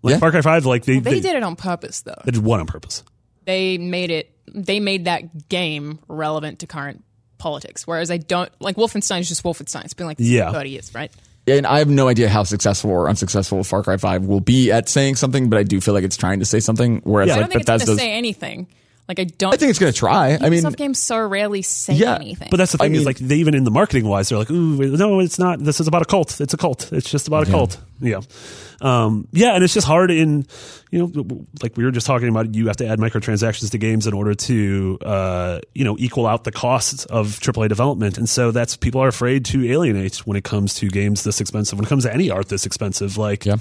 S3: Like,
S5: Yeah.
S3: Far Cry 5, like, they,
S4: They,
S3: they,
S4: did it on purpose though.
S3: they did one on purpose.
S4: they made it they made that game relevant to current politics whereas i don't like wolfenstein is just wolfenstein it's been like
S3: Yeah.
S4: 30 years right
S5: and I have no idea how successful or unsuccessful Far Cry Five will be at saying something, but I do feel like it's trying to say something. Whereas
S3: Yeah.
S4: i
S5: like
S4: don't think it's
S5: Bethesda's,
S4: going to say anything like i don't
S5: I think it's going to try. I mean,
S4: Ubisoft games so rarely say
S5: Yeah,
S4: anything
S3: But that's the
S5: I
S3: thing is
S5: mean-
S3: like they even in the marketing wise they're like ooh no it's not this is about a cult it's a cult it's just about a cult yeah um, yeah and it's just hard in you know like we were just talking about you have to add microtransactions to games in order to uh, you know equal out the costs of AAA development and so that's people are afraid to alienate when it comes to games this expensive when it comes to any art this expensive like
S5: Yeah.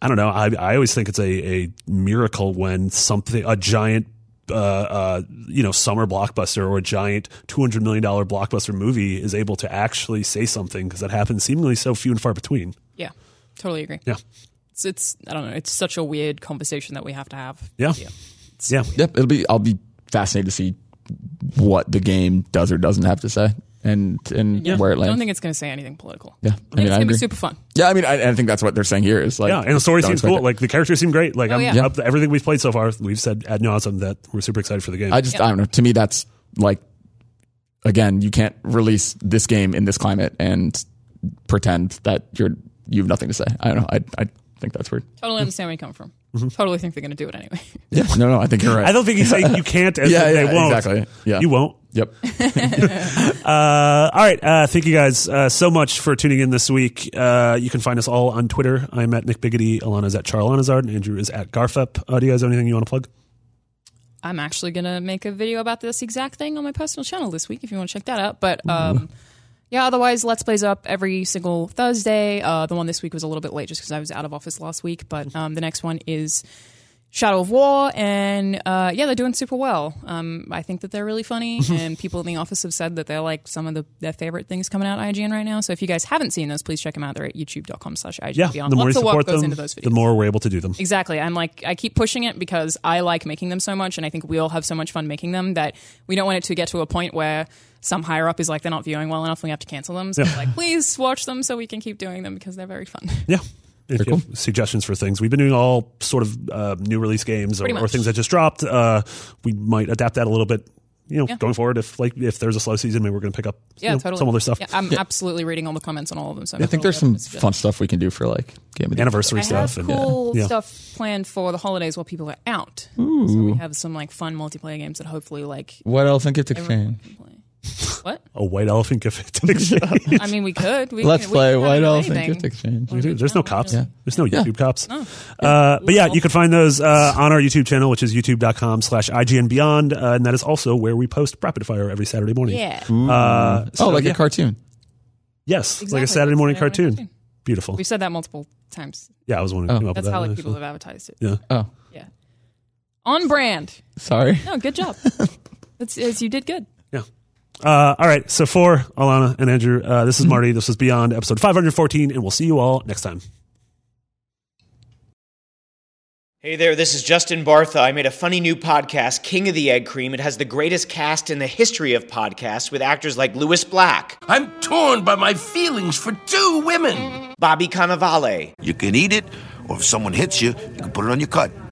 S3: I don't know I I always think it's a a miracle when something a giant uh, uh, you know, summer blockbuster or a giant two hundred million dollar blockbuster movie is able to actually say something because that happens seemingly so few and far between.
S4: yeah totally agree
S3: Yeah,
S4: it's, it's i don't know it's such a weird conversation that we have to have
S3: yeah, yeah.
S5: yep, it'll be. I'll be fascinated to see what the game does or doesn't have to say, and and where it
S4: i don't
S5: lands.
S4: think it's going to say anything political
S5: yeah, I mean,
S4: it's
S5: I
S4: going to
S5: agree.
S4: be super fun
S5: yeah, I mean, I, I think that's what they're saying here is like,
S3: Yeah, and the story
S5: don't
S3: seems
S5: expect
S3: cool.
S5: it.
S3: Like the characters seem great. Like I'm,
S4: yeah.
S3: up- everything we've played so far, we've said ad nauseum that we're super excited for the game.
S5: I just, I don't know. To me, that's like, again, you can't release this game in this climate and pretend that you're you have nothing to say. I don't know. I I think that's weird.
S4: Totally understand where you come from.
S5: Mm-hmm.
S4: Totally think they're going to do it anyway. <laughs>
S5: Yeah. No, no, I think you're right.
S3: I don't think he's saying you can't. And
S5: <laughs> Yeah,
S3: they
S5: yeah,
S3: won't.
S5: exactly. Yeah.
S3: you won't.
S5: Yep.
S3: Uh, all right. Uh, thank you guys uh, so much for tuning in this week. Uh, you can find us all on Twitter. I'm at Nick Biggity. Alana's at Charlanazard. And Andrew is at Garfup. Uh, do you guys have anything you want to plug?
S4: I'm actually going to make a video about this exact thing on my personal channel this week if you want to check that out. But um, yeah, otherwise, Let's Plays up every single Thursday. Uh, the one this week was a little bit late just because I was out of office last week. But um, the next one is Shadow of War. And uh, yeah, they're doing super well. Um, I think that they're
S3: <laughs>
S4: really funny. and people in the office have said that they're like some of the, their favorite things coming out of IGN right now. So if you guys haven't seen those, please check them out. They're at youtube.com slash IGN.
S3: Yeah. The more you
S4: Lots of work
S3: support
S4: goes
S3: them,
S4: into those videos.
S3: the more we're able to do them.
S4: Exactly. I'm like, I keep pushing it because I like making them so much, and I think we all have so much fun making them that we don't want it to get to a point where some higher up is like, they're not viewing well enough, and we have to cancel them. So, like, please watch them so we can keep doing them because they're very fun. <laughs>
S3: Yeah. If you have suggestions for things, we've been doing all sort of uh, new release games or,
S4: Pretty
S3: or
S4: much.
S3: things that just dropped. Uh, we might adapt that a little bit. You know, going forward, if like if there's a slow season, maybe we're going to pick up you
S4: Yeah,
S3: know,
S4: totally.
S3: some other stuff.
S4: Yeah, I'm absolutely reading all the comments on all of them. So
S5: I think there's some fun stuff we can do for like game of the
S3: Anniversary
S4: I have
S3: stuff and
S4: cool
S3: yeah.
S4: stuff planned for the holidays while people are out. So we have some like fun multiplayer games that hopefully like
S5: What else in gift
S4: everyone
S5: exchange?
S4: can play. What?
S3: a white elephant gift <laughs>
S4: <laughs>
S3: exchange.
S4: I mean, we could. We
S5: Let's
S4: could,
S5: play
S4: we could have
S5: White
S4: it do
S5: Elephant
S4: anything.
S5: Gift Exchange.
S3: Dude, there's no cops.
S4: Yeah.
S3: There's no YouTube cops. Uh, but yeah, you can find those uh, on our YouTube channel, which is youtube.com slash IGN Beyond. Uh, and that is also where we post Rapid Fire every Saturday morning.
S4: Yeah.
S3: Uh, so,
S5: Oh, like
S3: yeah.
S5: a cartoon.
S3: Yes, like a
S4: Exactly,
S3: Saturday morning cartoon.
S4: cartoon.
S3: Beautiful.
S4: We've said that multiple times.
S3: yeah, I was wondering.
S5: Oh.
S3: who came up with that.
S4: That's how like people have advertised it.
S3: Yeah.
S5: Oh,
S4: Yeah. On brand.
S5: sorry.
S4: No, good job. That's, it's, you did good.
S3: Yeah. Uh, all right. So for Alana and Andrew, uh, this is Marty. This was Beyond episode 514, and we'll see you all next time.
S6: Hey there, this is Justin Bartha. I made a funny new podcast, King of the Egg Cream. It has the greatest cast in the history of podcasts with actors like Louis Black,
S7: I'm torn by my feelings for two women.
S6: Bobby Cannavale,
S8: You can eat it, or if someone hits you, you can put it on your cut.